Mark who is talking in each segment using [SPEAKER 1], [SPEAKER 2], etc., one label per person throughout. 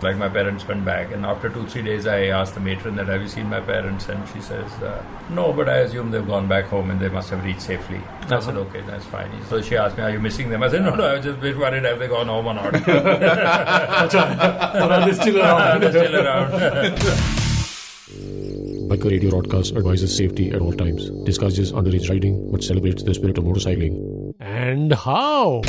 [SPEAKER 1] like my parents went back. And after two, three days, I asked the matron that, have you seen my parents? And she says, uh, no, but I assume they've gone back home and they must have reached safely. I said, okay, that's fine. So she asked me, are you missing them? I said, no, no, I was just a bit worried have they gone home or not.
[SPEAKER 2] Or are they still around?
[SPEAKER 1] They're still around.
[SPEAKER 3] Biker Radio Broadcast advises safety at all times, discourages underage riding, but celebrates the spirit of motorcycling. And how?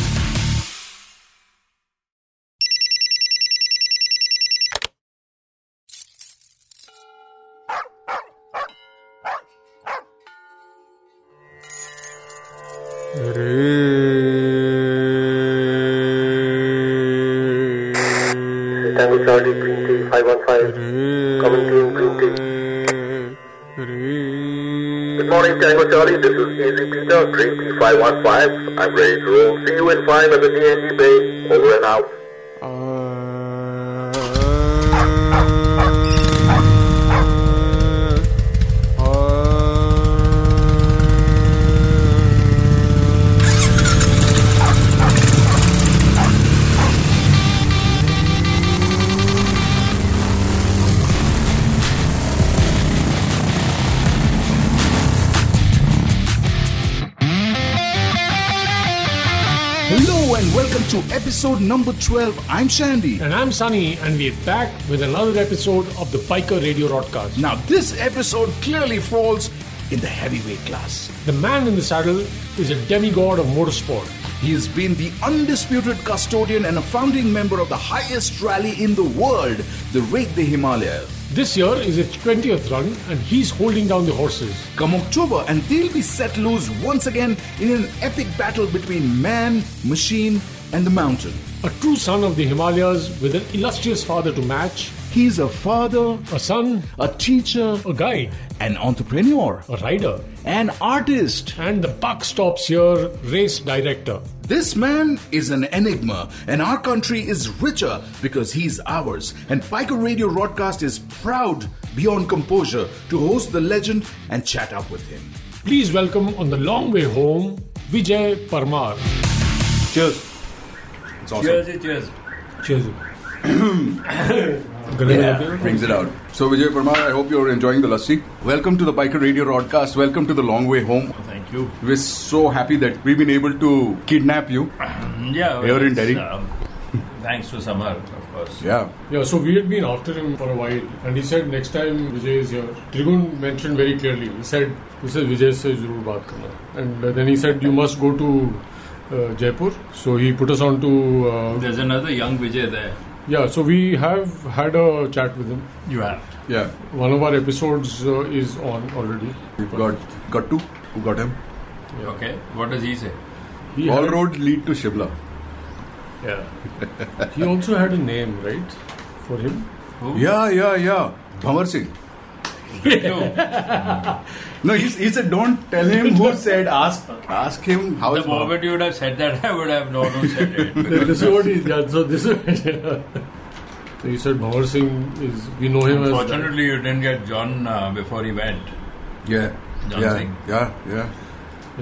[SPEAKER 4] Tango Charlie Green Tea 515 coming to you Green Tea. Good morning Tango Charlie, this is Easy Peter, Green Tea 515. I'm ready to roll. See you in 5 at the DNG Bay. Over and out.
[SPEAKER 5] Hello and welcome to episode number 12. I'm Shandy.
[SPEAKER 3] And I'm Sunny, and we're back with another episode of the Biker Radio Broadcast.
[SPEAKER 5] Now, this episode clearly falls in the heavyweight class.
[SPEAKER 3] The man in the saddle is a demigod of motorsport.
[SPEAKER 5] He has been the undisputed custodian and a founding member of the highest rally in the world, the Rake the Himalaya.
[SPEAKER 3] This year is its 20th run, and he's holding down the horses.
[SPEAKER 5] Come October, and they'll be set loose once again in an epic battle between man, machine, and the mountain.
[SPEAKER 3] A true son of the Himalayas with an illustrious father to match,
[SPEAKER 5] He's a father,
[SPEAKER 3] a son,
[SPEAKER 5] a teacher,
[SPEAKER 3] a guide,
[SPEAKER 5] an entrepreneur,
[SPEAKER 3] a rider,
[SPEAKER 5] an artist.
[SPEAKER 3] and the buck stops here, race director.
[SPEAKER 5] This man is an enigma, and our country is richer because he's ours. And Biker Radio Broadcast is proud beyond composure to host the legend and chat up with him.
[SPEAKER 3] Please welcome on the long way home, Vijay Parmar.
[SPEAKER 2] Cheers.
[SPEAKER 6] It's awesome.
[SPEAKER 1] Cheers, it cheers.
[SPEAKER 3] Cheers.
[SPEAKER 6] Brings it out. So Vijay Parmar, I hope you're enjoying the lassi. Welcome to the Biker Radio broadcast. Welcome to the long way home.
[SPEAKER 1] Thank you.
[SPEAKER 6] We're so happy that we've been able to kidnap you.
[SPEAKER 1] Yeah. well,
[SPEAKER 6] Here in
[SPEAKER 1] it's,
[SPEAKER 6] Delhi.
[SPEAKER 1] um, thanks to Samar, of course.
[SPEAKER 6] Yeah.
[SPEAKER 3] Yeah, so we had been after him for a while, and he said next time Vijay is here. Trigun mentioned very clearly. He said, "This is Vijay se zarur baat karna." And uh, then he said, "You must go to uh, Jaipur." So he put us on to uh,
[SPEAKER 1] There's another young Vijay there.
[SPEAKER 3] yeah. So we have had a chat with him.
[SPEAKER 1] You have.
[SPEAKER 6] Yeah.
[SPEAKER 3] One of our episodes uh, is on already.
[SPEAKER 6] We've got Gattu, who got him.
[SPEAKER 1] Okay. What does he say?
[SPEAKER 3] He
[SPEAKER 6] All
[SPEAKER 3] had-
[SPEAKER 6] roads lead to Shibla.
[SPEAKER 3] Yeah. he also had a name, right, for him.
[SPEAKER 6] Yeah, yeah, yeah. Bhamar Singh. No, he, he said, don't tell him who said, ask ask him how
[SPEAKER 1] The
[SPEAKER 6] is Bhamar.
[SPEAKER 1] moment you would have said that, I would have known who said it.
[SPEAKER 3] this is what he yeah, so this is so you said Bhavar Singh is we know him as that.
[SPEAKER 1] Fortunately, you didn't get John uh, before he went.
[SPEAKER 6] Yeah.
[SPEAKER 1] John
[SPEAKER 6] yeah,
[SPEAKER 1] Singh.
[SPEAKER 6] yeah, yeah.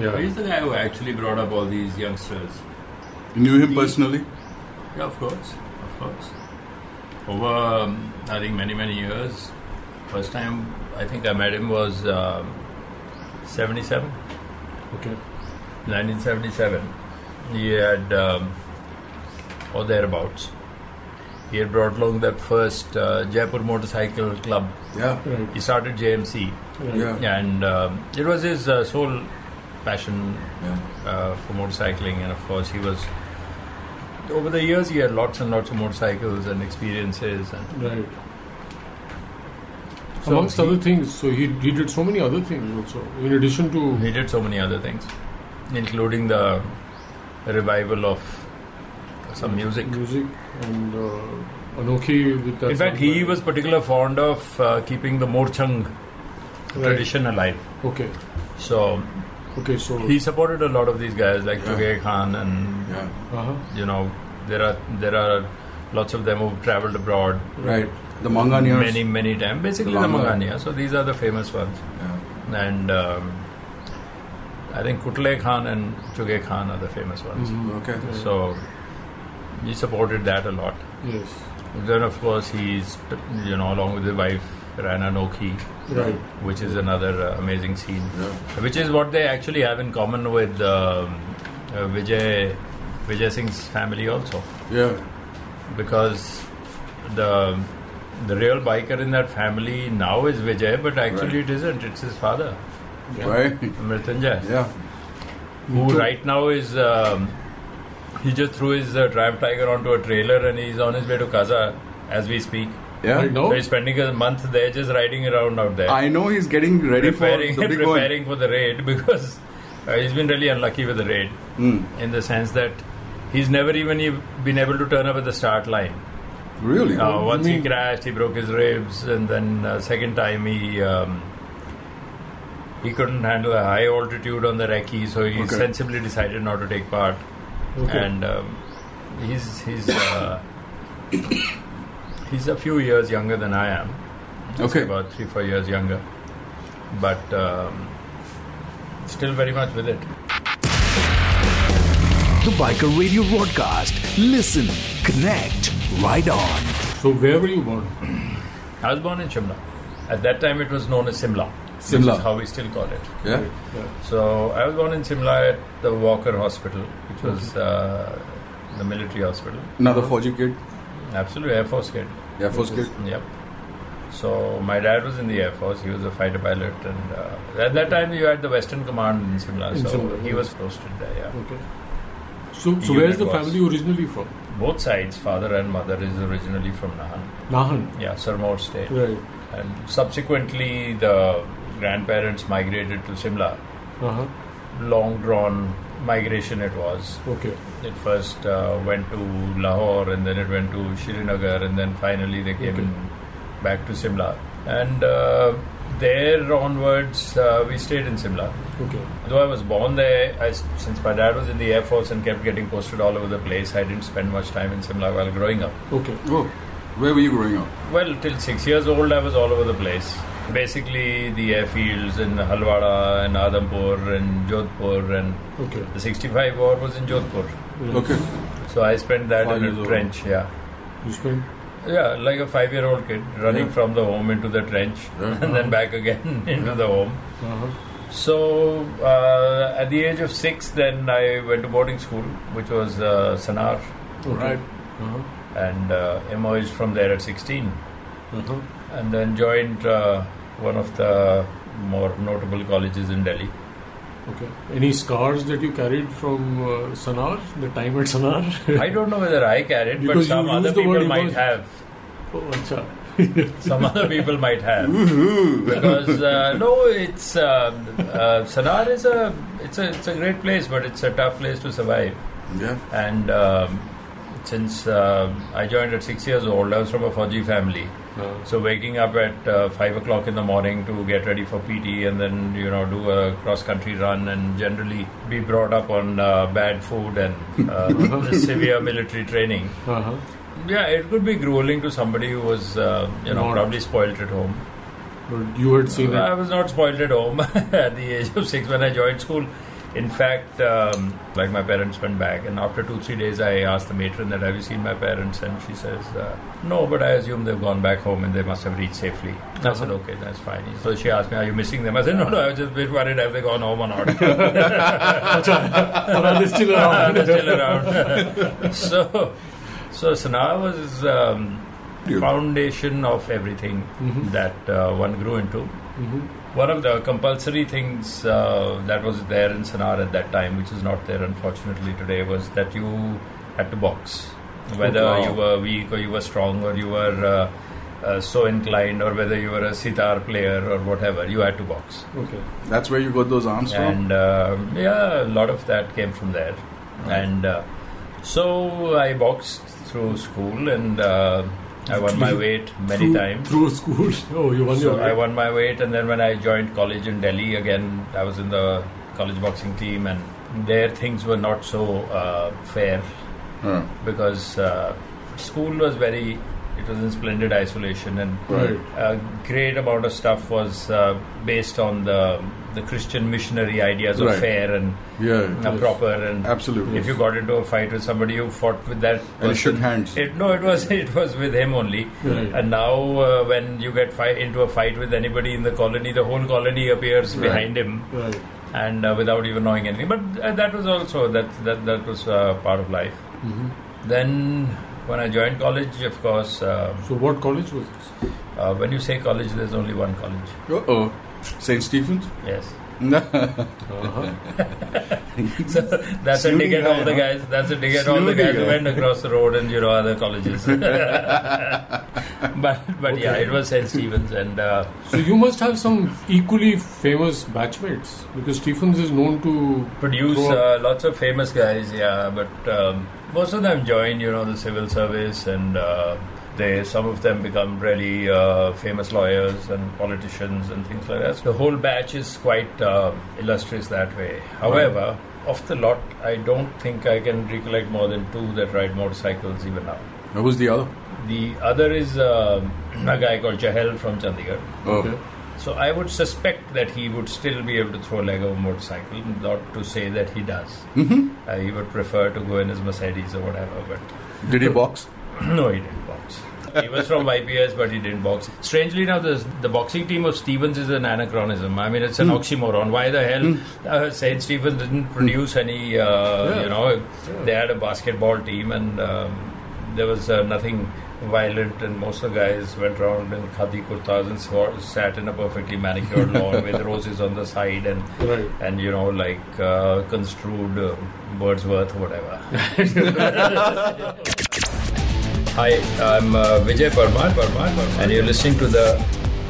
[SPEAKER 3] yeah
[SPEAKER 1] He's the guy who actually brought up all these youngsters.
[SPEAKER 6] You knew him personally?
[SPEAKER 1] Yeah, of course, of course. Over, um, I think many many years. First time I think I met him was um, 77,
[SPEAKER 3] okay
[SPEAKER 1] 1977. He had um, or thereabouts. He had brought along that first uh, Jaipur Motorcycle Club.
[SPEAKER 6] Yeah.
[SPEAKER 1] He started JMC.
[SPEAKER 6] Yeah.
[SPEAKER 1] Yeah, and um, it was his uh, sole passion uh, for motorcycling, and of course, he was. Over the years, he had lots and lots of motorcycles and experiences, and
[SPEAKER 3] right amongst other things so he, he did so many other things also in addition to
[SPEAKER 1] he did so many other things, including the revival of some music.
[SPEAKER 3] music and uh, Anoki with that
[SPEAKER 1] In fact,
[SPEAKER 3] song,
[SPEAKER 1] he
[SPEAKER 3] right?
[SPEAKER 1] was particularly fond of uh, keeping the Morchang
[SPEAKER 3] Right.
[SPEAKER 1] tradition alive.
[SPEAKER 3] okay
[SPEAKER 1] So
[SPEAKER 3] okay so
[SPEAKER 1] he supported a lot of these guys like Tugay Khan and
[SPEAKER 6] Yeah.
[SPEAKER 3] uh-huh.
[SPEAKER 1] you know there are there are lots of them who've traveled abroad.
[SPEAKER 6] Right. The Manganiers.
[SPEAKER 1] many many times basically the,
[SPEAKER 6] Lama.
[SPEAKER 1] Mangania so these are the famous ones
[SPEAKER 6] Yeah.
[SPEAKER 1] and um, I think Kutlai Khan and Chugay
[SPEAKER 6] Mm-hmm.
[SPEAKER 1] Khan are the famous ones
[SPEAKER 6] Okay.
[SPEAKER 1] so he supported that a lot
[SPEAKER 3] yes
[SPEAKER 1] Then, of course, he's, you know, along with his wife, Rana Noki,
[SPEAKER 3] Right.
[SPEAKER 1] which is another uh, amazing scene,
[SPEAKER 6] Yeah.
[SPEAKER 1] which is what they actually have in common with um, uh, Vijay, Vijay Singh's family also.
[SPEAKER 6] Yeah.
[SPEAKER 1] because the the real biker in that family now is Vijay, but actually
[SPEAKER 6] Right.
[SPEAKER 1] it isn't. It's his father,
[SPEAKER 6] Right?
[SPEAKER 1] Mritunjay,
[SPEAKER 6] Yeah.
[SPEAKER 1] who right now is um, he just threw his uh, Triumph Tiger onto a trailer and he's on his way to Kaza as we speak.
[SPEAKER 6] Yeah.
[SPEAKER 3] Right now?
[SPEAKER 1] So he's spending a month there, just riding around out there,
[SPEAKER 6] I know he's getting ready
[SPEAKER 1] preparing
[SPEAKER 6] for the big one.
[SPEAKER 1] preparing for the raid because uh, he's been really unlucky with the raid
[SPEAKER 6] Hmm.
[SPEAKER 1] in the sense that he's never even e- been able to turn up at the start line.
[SPEAKER 6] Really?
[SPEAKER 1] Uh, once he
[SPEAKER 3] mean-
[SPEAKER 1] crashed, he broke his ribs, and then uh, second time he um, he couldn't handle a high altitude on the recce, so he
[SPEAKER 6] Okay.
[SPEAKER 1] sensibly decided not to take part.
[SPEAKER 3] Okay.
[SPEAKER 1] And um, he's he's uh, he's a few years younger than I am,
[SPEAKER 6] okay.
[SPEAKER 1] about three four years younger, but um, still very much with it.
[SPEAKER 5] The Biker Radio Broadcast. Listen, connect, ride on.
[SPEAKER 3] So where were you born?
[SPEAKER 1] I was born in Shimla. At that time, it was known as Simla.
[SPEAKER 6] Simla.
[SPEAKER 1] Which is how we still call it.
[SPEAKER 6] Yeah.
[SPEAKER 1] So I was born in Simla at the Walker Hospital, which was uh, the military hospital.
[SPEAKER 6] Another 4G kid.
[SPEAKER 1] Absolute Air Force kid.
[SPEAKER 6] Yeah, first kid.
[SPEAKER 1] Yep. So my dad was in the Air Force. He was a fighter pilot, and uh, at that time you had the Western Command in Simla,
[SPEAKER 3] In
[SPEAKER 1] so
[SPEAKER 3] Simla,
[SPEAKER 1] he
[SPEAKER 3] yes.
[SPEAKER 1] was posted there. Yeah.
[SPEAKER 3] Okay. So, so
[SPEAKER 1] You
[SPEAKER 3] where's the
[SPEAKER 1] that was.
[SPEAKER 3] family originally from?
[SPEAKER 1] Both sides, father and mother, is originally from Nahan.
[SPEAKER 3] Nahan.
[SPEAKER 1] Yeah, Sirmaur state,
[SPEAKER 3] Right.
[SPEAKER 1] and subsequently the grandparents migrated to Simla.
[SPEAKER 3] Uh-huh.
[SPEAKER 1] Long drawn migration it was.
[SPEAKER 3] Okay.
[SPEAKER 1] It first uh, went to Lahore and then it went to Srinagar and then finally they came back to Simla. And uh, there onwards, uh, we stayed in Simla.
[SPEAKER 3] Okay.
[SPEAKER 1] Though I was born there, I s since my dad was in the Air Force and kept getting posted all over the place, I didn't spend much time in Simla while growing up.
[SPEAKER 3] Okay.
[SPEAKER 6] Oh, where were you growing up?
[SPEAKER 1] Well, till six years old, I was all over the place. Basically, the airfields in Halwada and Adampur and Jodhpur, and
[SPEAKER 3] Okay.
[SPEAKER 1] the 65 war was in Jodhpur.
[SPEAKER 6] Okay.
[SPEAKER 1] So I spent that
[SPEAKER 6] Five
[SPEAKER 1] in
[SPEAKER 6] years
[SPEAKER 1] a
[SPEAKER 6] old.
[SPEAKER 1] trench, yeah.
[SPEAKER 3] You spent.
[SPEAKER 1] Yeah, like a five year old kid running
[SPEAKER 6] Yeah.
[SPEAKER 1] from the home into the trench
[SPEAKER 6] Yeah.
[SPEAKER 1] and then back again into the home.
[SPEAKER 3] Uh-huh.
[SPEAKER 1] So, uh, at the age of six, then I went to boarding school, which was uh, Sanar,
[SPEAKER 3] Okay.
[SPEAKER 6] Right.
[SPEAKER 3] Uh-huh.
[SPEAKER 1] and uh, emerged from there at 16.
[SPEAKER 3] Uh-huh.
[SPEAKER 1] And then joined uh, one of the more notable colleges in Delhi.
[SPEAKER 3] Okay. Any scars that you carried from uh, Sanar? The time at Sanar?
[SPEAKER 1] I don't know whether I carried,
[SPEAKER 3] Because
[SPEAKER 1] but some
[SPEAKER 3] you used
[SPEAKER 1] other
[SPEAKER 3] the word
[SPEAKER 1] people might
[SPEAKER 3] emerge.
[SPEAKER 1] have.
[SPEAKER 3] oh, acha.
[SPEAKER 1] Some other people might have. because uh, no, it's uh, uh, Sanar is a it's a it's a great place, but it's a tough place to survive.
[SPEAKER 6] Yeah.
[SPEAKER 1] And um, since uh, I joined at six years old, I was from a Fauji family.
[SPEAKER 3] Uh,
[SPEAKER 1] So waking up at uh, five o'clock in the morning to get ready for PT, and then you know do a cross country run, and generally be brought up on uh, bad food and uh, severe military training.
[SPEAKER 3] uh-huh.
[SPEAKER 1] Yeah, it could be grueling to somebody who was uh, you know
[SPEAKER 3] Not-
[SPEAKER 1] probably spoilt at home.
[SPEAKER 3] But you had seen
[SPEAKER 1] I
[SPEAKER 3] it.
[SPEAKER 1] was not spoiled at home at the age of six when I joined school. In fact, um, like my parents went back, and after two three days, I asked the matron that have you seen my parents, and she says uh, no, but I assume they've gone back home and they must have reached safely. I said okay, that's fine. So she asked me, are you missing them? I said no, no, I was just a bit worried have they gone home or not.
[SPEAKER 3] But are they still around?
[SPEAKER 1] They're still around. so, so Sanar was um, foundation of everything that uh, one grew into. One of the compulsory things uh, that was there in Sanar at that time, which is not there unfortunately today, was that you had to box, whether
[SPEAKER 6] Wow.
[SPEAKER 1] you were weak or you were strong or you were. Uh, uh, so inclined, or whether you were a sitar player or whatever, you had to box.
[SPEAKER 3] Okay.
[SPEAKER 6] That's where you got those arms from?
[SPEAKER 1] And um yeah, a lot of that came from there. And uh, so I boxed through school and uh, I won my weight many
[SPEAKER 3] through,
[SPEAKER 1] times.
[SPEAKER 3] Through school. Oh, you won
[SPEAKER 1] So
[SPEAKER 3] your
[SPEAKER 1] I won my weight, and then when I joined college in Delhi again, I was in the college boxing team, and there things were not so uh, fair
[SPEAKER 6] Huh.
[SPEAKER 1] because uh, school was very it was in splendid isolation and
[SPEAKER 3] Right.
[SPEAKER 1] a great amount of stuff was uh, based on the the Christian missionary ideas of
[SPEAKER 6] Right.
[SPEAKER 1] fair and
[SPEAKER 6] Yeah.
[SPEAKER 1] uh, proper and
[SPEAKER 6] Absolutely.
[SPEAKER 1] If you got into a fight with somebody, you fought with that.
[SPEAKER 6] And you
[SPEAKER 1] person.
[SPEAKER 6] shook hands.
[SPEAKER 1] It, no, it was it was with him only.
[SPEAKER 3] Right.
[SPEAKER 1] And now, uh, when you get fi- into a fight with anybody in the colony, the whole colony appears behind him,
[SPEAKER 3] Right.
[SPEAKER 1] and uh, without even knowing anything. But uh, that was also that that that was uh, part of life.
[SPEAKER 6] Mm-hmm.
[SPEAKER 1] Then, when I joined college, of course, uh,
[SPEAKER 3] So what college was this?
[SPEAKER 1] uh, when you say college, there's only one college.
[SPEAKER 6] Uh oh. St. Stephen's?
[SPEAKER 1] Yes.
[SPEAKER 3] Uh-huh.
[SPEAKER 1] So that's a
[SPEAKER 6] Snooty
[SPEAKER 1] dig at
[SPEAKER 6] guy,
[SPEAKER 1] all the
[SPEAKER 6] huh?
[SPEAKER 1] guys. That's a dig at all the
[SPEAKER 6] Snooty
[SPEAKER 1] guys who
[SPEAKER 6] guy.
[SPEAKER 1] went across the road and you know other colleges. but but yeah, it was St. Stephen's and uh,
[SPEAKER 3] So you must have some equally famous batchmates because Stephens is known to
[SPEAKER 1] produce
[SPEAKER 3] Throw
[SPEAKER 1] uh, lots of famous guys. Yeah, but um, most of them join you know the civil service and uh, they some of them become really uh, famous lawyers and politicians and things like that. The whole batch is quite um illustrious that way. However. Of the lot, I don't think I can recollect more than two that ride motorcycles even now.
[SPEAKER 6] Who's the other?
[SPEAKER 1] The other is uh, a guy called Jahel from Chandigarh.
[SPEAKER 6] Oh.
[SPEAKER 3] Okay.
[SPEAKER 1] So I would suspect that he would still be able to throw a leg of a motorcycle, not to say that he does. Mm-hmm. Uh, he would prefer to go in his Mercedes or whatever, but
[SPEAKER 6] Did he box?
[SPEAKER 1] no, he didn't box. he was from YPS, but he didn't box. Strangely enough, the, the boxing team of Stevens is an anachronism. I mean, it's an oxymoron. Why the hell uh, St. Stevens didn't produce any, uh, you know, they had a basketball team and um, there was uh, nothing violent and most of the guys went around in khadi kurtas and swa- sat in a perfectly manicured lawn with roses on the side and,
[SPEAKER 3] Right.
[SPEAKER 1] and you know, like uh, construed uh, Wordsworth or whatever. Hi, I'm uh, Vijay Parmar, Parmar, and you're listening to the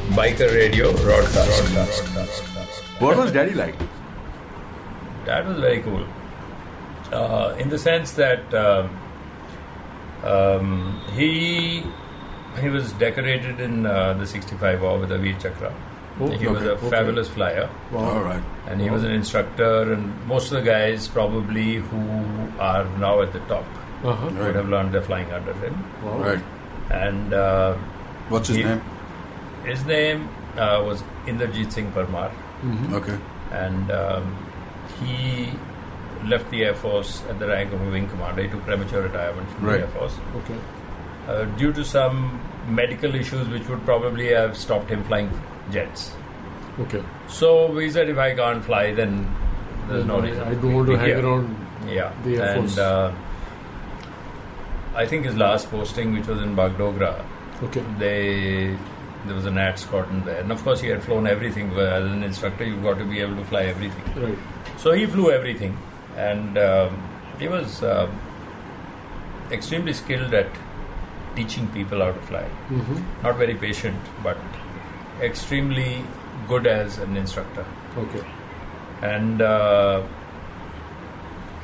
[SPEAKER 1] Biker Radio broadcast.
[SPEAKER 6] What was daddy like?
[SPEAKER 1] That was very cool. Uh, in the sense that um, um, he he was decorated in uh, the 65 War with a Veer Chakra. he was a
[SPEAKER 6] Oh, okay, Oh. okay.
[SPEAKER 1] fabulous flyer.
[SPEAKER 6] All right.
[SPEAKER 1] And he was an instructor, and most of the guys probably who are now at the top
[SPEAKER 3] Uh-huh.
[SPEAKER 1] would have learned their flying under him.
[SPEAKER 6] Right.
[SPEAKER 1] And uh,
[SPEAKER 6] What's his
[SPEAKER 1] He-
[SPEAKER 6] name?
[SPEAKER 1] His name uh, was Inderjeet Singh Parmar,
[SPEAKER 6] Okay.
[SPEAKER 1] and um, he left the Air Force at the rank of a wing commander. He took premature retirement from
[SPEAKER 6] Right.
[SPEAKER 1] the Air Force
[SPEAKER 3] Okay.
[SPEAKER 1] uh, due to some medical issues, which would probably have stopped him flying jets.
[SPEAKER 3] Okay.
[SPEAKER 1] So we said, if I can't fly, then there's no reason.
[SPEAKER 3] I don't want to
[SPEAKER 1] be
[SPEAKER 3] hang
[SPEAKER 1] here.
[SPEAKER 3] around.
[SPEAKER 1] Yeah,
[SPEAKER 3] The Air
[SPEAKER 1] and
[SPEAKER 3] Force.
[SPEAKER 1] uh, I think his last posting, which was in Bagdogra,
[SPEAKER 3] Okay.
[SPEAKER 1] they there was an ad squadron there and of course he had flown everything but as an instructor you've got to be able to fly everything
[SPEAKER 3] Right.
[SPEAKER 1] so he flew everything and um, he was um extremely skilled at teaching people how to fly
[SPEAKER 3] Mm-hmm.
[SPEAKER 1] not very patient but extremely good as an instructor
[SPEAKER 3] Okay.
[SPEAKER 1] and uh,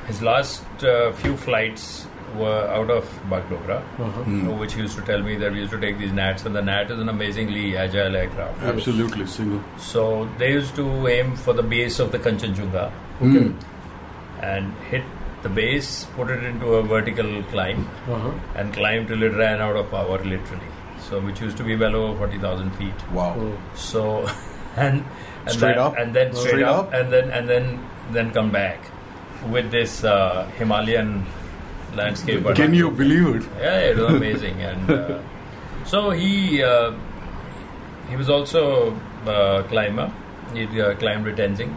[SPEAKER 1] his last uh, few flights were out of Bagdogra,
[SPEAKER 3] Uh-huh.
[SPEAKER 1] which he used to tell me that we used to take these Nats, and the Nat is an amazingly agile aircraft.
[SPEAKER 6] Absolutely single.
[SPEAKER 1] So they used to aim for the base of the Kanchenjunga
[SPEAKER 6] Okay.
[SPEAKER 1] and hit the base, put it into a vertical climb,
[SPEAKER 3] Uh-huh.
[SPEAKER 1] and climb till it ran out of power, literally. So which used to be well over forty thousand feet.
[SPEAKER 6] Wow.
[SPEAKER 3] Oh.
[SPEAKER 1] So and and
[SPEAKER 6] Straight
[SPEAKER 1] that-
[SPEAKER 6] up?
[SPEAKER 1] and then straight,
[SPEAKER 6] Straight
[SPEAKER 1] up,
[SPEAKER 6] up?
[SPEAKER 1] and then and then then come back with this uh, Himalayan landscape.
[SPEAKER 6] Can you believe it?
[SPEAKER 1] Yeah, it was amazing. and uh, so he uh, he was also a climber. He uh, climbed Retenzing.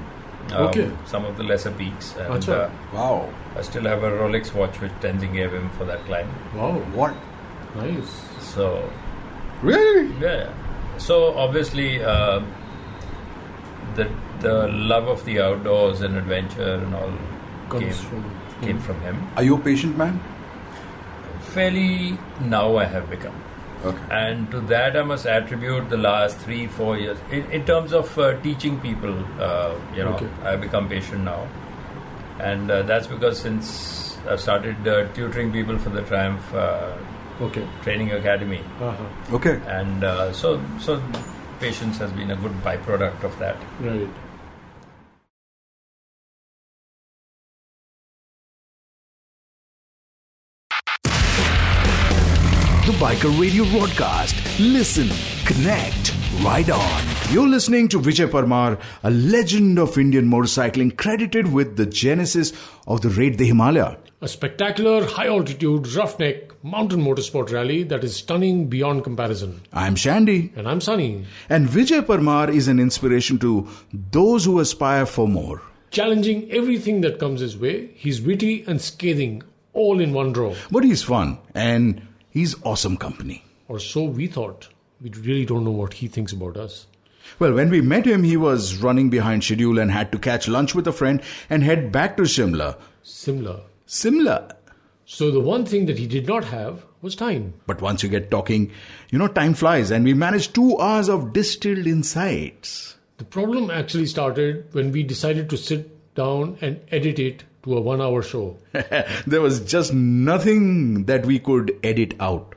[SPEAKER 1] um,
[SPEAKER 3] Okay.
[SPEAKER 1] Some of the lesser peaks. And,
[SPEAKER 3] Acha.
[SPEAKER 1] uh,
[SPEAKER 6] Wow.
[SPEAKER 1] I still have a Rolex watch which Tenzing gave him for that climb.
[SPEAKER 3] Wow.
[SPEAKER 6] What?
[SPEAKER 3] Nice.
[SPEAKER 1] So
[SPEAKER 6] Really?
[SPEAKER 1] Yeah. So obviously, uh, the the love of the outdoors and adventure and all
[SPEAKER 3] Comes
[SPEAKER 1] came
[SPEAKER 3] from.
[SPEAKER 1] came from him.
[SPEAKER 6] Are you a patient man?
[SPEAKER 1] Fairly now I have become,
[SPEAKER 6] Okay.
[SPEAKER 1] and to that I must attribute the last three four years in, in terms of uh, teaching people. Uh, you know,
[SPEAKER 3] Okay.
[SPEAKER 1] I become patient now, and uh, that's because since I've started uh, tutoring people for the Triumph uh,
[SPEAKER 3] Okay.
[SPEAKER 1] Training Academy,
[SPEAKER 3] Uh-huh.
[SPEAKER 6] Okay.
[SPEAKER 1] and uh, so so patience has been a good byproduct of that.
[SPEAKER 3] Right.
[SPEAKER 5] The Biker Radio broadcast. Listen, connect, ride on. You're listening to Vijay Parmar, a legend of Indian motorcycling credited with the genesis of the Raid the Himalaya.
[SPEAKER 3] A spectacular high altitude roughneck mountain motorsport rally that is stunning beyond comparison.
[SPEAKER 5] I'm Shandy,
[SPEAKER 3] And I'm Sunny,
[SPEAKER 5] and Vijay Parmar is an inspiration to those who aspire for more.
[SPEAKER 3] challenging everything that comes his way. He's witty and scathing, all in one draw.
[SPEAKER 5] But he's fun, and he's awesome company.
[SPEAKER 3] Or so we thought. We really don't know what he thinks about us.
[SPEAKER 5] Well, when we met him, he was running behind schedule and had to catch lunch with a friend and head back to Shimla.
[SPEAKER 3] Similar.
[SPEAKER 5] Simla.
[SPEAKER 3] So the one thing that he did not have was time.
[SPEAKER 5] But once you get talking, you know, time flies, and we managed two hours of distilled insights.
[SPEAKER 3] The problem actually started when we decided to sit down and edit it to a one hour show.
[SPEAKER 5] there was just nothing that we could edit out.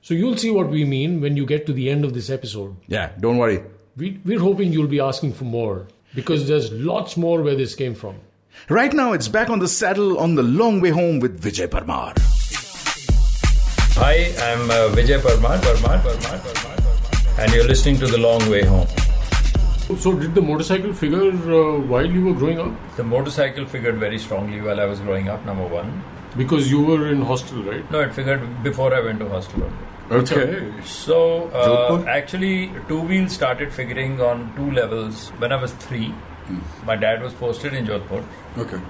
[SPEAKER 3] So you'll see what we mean when you get to the end of this episode.
[SPEAKER 5] Yeah, don't worry.
[SPEAKER 3] We, we're hoping you'll be asking for more because there's lots more where this came from.
[SPEAKER 5] Right now, it's back on the saddle on the long way home with Vijay Parmar.
[SPEAKER 1] Hi, I'm uh, Vijay Parmar, Parmar, Parmar, Parmar, Parmar, and you're listening to The Long Way Home.
[SPEAKER 3] So did the motorcycle figure uh, while you were growing up?
[SPEAKER 1] The motorcycle figured very strongly while I was growing up, number one.
[SPEAKER 3] Because you were in hostel, right?
[SPEAKER 1] No, it figured before I went to hostel only.
[SPEAKER 6] Okay.
[SPEAKER 1] So, uh,
[SPEAKER 6] Jodhpur?
[SPEAKER 1] actually, two wheels started figuring on two levels when I was three. My dad was posted in Jodhpur,
[SPEAKER 6] Hmm. Okay.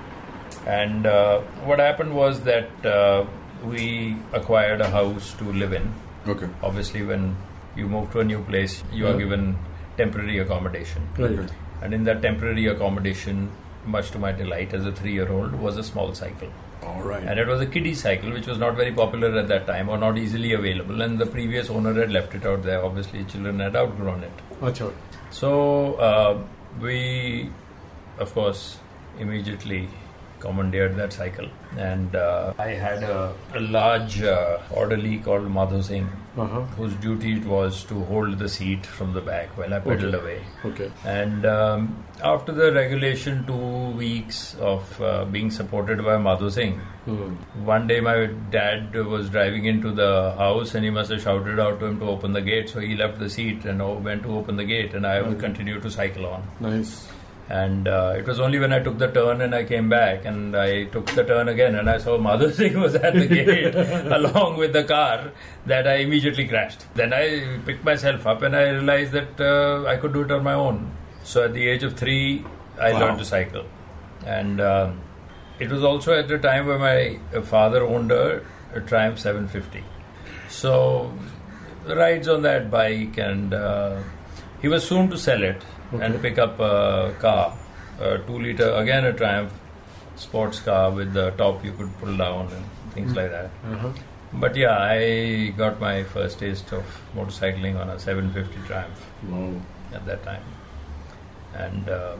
[SPEAKER 1] and uh, what happened was that uh, we acquired a house to live in.
[SPEAKER 6] Okay.
[SPEAKER 1] Obviously, when you move to a new place, you are given temporary accommodation.
[SPEAKER 3] Right.
[SPEAKER 1] And in that temporary accommodation, much to my delight as a three year old, was a small cycle.
[SPEAKER 6] All right.
[SPEAKER 1] And it was a kiddie cycle, which was not very popular at that time or not easily available. And the previous owner had left it out there. Obviously, children had outgrown it.
[SPEAKER 3] Acha.
[SPEAKER 1] So uh, we, of course, immediately commandeered that cycle. And uh, I had a, a large uh, orderly called Madhu Singh,
[SPEAKER 3] Uh-huh.
[SPEAKER 1] whose duty it was to hold the seat from the back while I pedaled away.
[SPEAKER 3] Okay.
[SPEAKER 1] And um, after the regulation, two weeks of uh, being supported by Madhu Singh,
[SPEAKER 3] Hmm.
[SPEAKER 1] one day my dad was driving into the house and he must have shouted out to him to open the gate. So he left the seat and o- went to open the gate, and I would continue to cycle on.
[SPEAKER 3] Nice.
[SPEAKER 1] And uh, it was only when I took the turn and I came back and I took the turn again and I saw Madhu Singh was at the gate along with the car that I immediately crashed. Then I picked myself up and I realized that uh, I could do it on my own. So at the age of three, I learned to cycle. And um, it was also at the time where my uh, father owned a, a Triumph 750. So rides on that bike and uh, he was soon to sell it and pick up a car, a two liter again a Triumph sports car with the top you could pull down and things like that. But yeah, I got my first taste of motorcycling on a 750 Triumph
[SPEAKER 3] Wow.
[SPEAKER 1] at that time, and uh,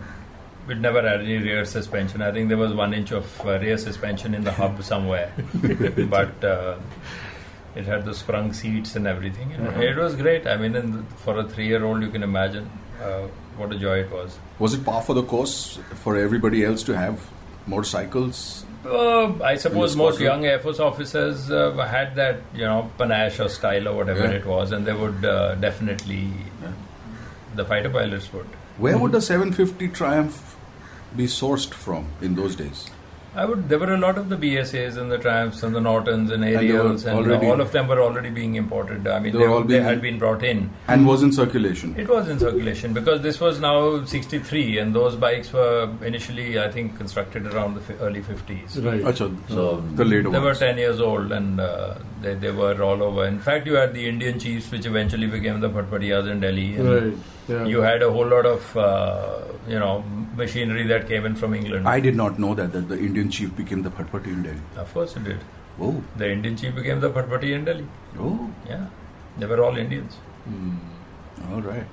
[SPEAKER 1] it never had any rear suspension. I think there was one inch of uh, rear suspension in the hub somewhere, but uh, it had the sprung seats and everything. And It was great. I mean, and for a three-year-old, you can imagine uh, what a joy it was.
[SPEAKER 6] Was it par for the course for everybody else to have motorcycles?
[SPEAKER 1] Uh, I suppose most
[SPEAKER 6] squadron?
[SPEAKER 1] young Air Force officers uh, had that, you know, panache or style or whatever
[SPEAKER 6] Yeah.
[SPEAKER 1] it was, and they would uh, definitely, the fighter pilots would.
[SPEAKER 6] Where would a 750 Triumph be sourced from in those days?
[SPEAKER 1] I would. There were a lot of the BSAs and the Triumphs and the Nortons and
[SPEAKER 6] they were
[SPEAKER 1] Ariels, and,
[SPEAKER 6] already-
[SPEAKER 1] all of them were already being imported. I mean,
[SPEAKER 6] They
[SPEAKER 1] they,
[SPEAKER 6] were
[SPEAKER 1] were-
[SPEAKER 6] all
[SPEAKER 1] they
[SPEAKER 6] being-
[SPEAKER 1] had been brought in.
[SPEAKER 6] And was in circulation.
[SPEAKER 1] It was in circulation because this was now 63, and those bikes were initially, I think, constructed around the fi- early 50s.
[SPEAKER 3] Right.
[SPEAKER 6] Acha,
[SPEAKER 1] So
[SPEAKER 6] the later
[SPEAKER 1] They were
[SPEAKER 6] ones.
[SPEAKER 1] 10 years old and uh, they, they were all over. In fact, you had the Indian chiefs, which eventually became the Bhatpadiyas in Delhi. And
[SPEAKER 3] Right. Yeah.
[SPEAKER 1] You had a whole lot of, uh, you know, machinery that came in from England.
[SPEAKER 6] I did not know that, that the Indian chief became the Bhatpati in Delhi.
[SPEAKER 1] of course, it did.
[SPEAKER 6] Oh,
[SPEAKER 1] The Indian chief became the Bhatpati in Delhi.
[SPEAKER 6] oh,
[SPEAKER 1] Yeah, they were all Indians.
[SPEAKER 6] all right.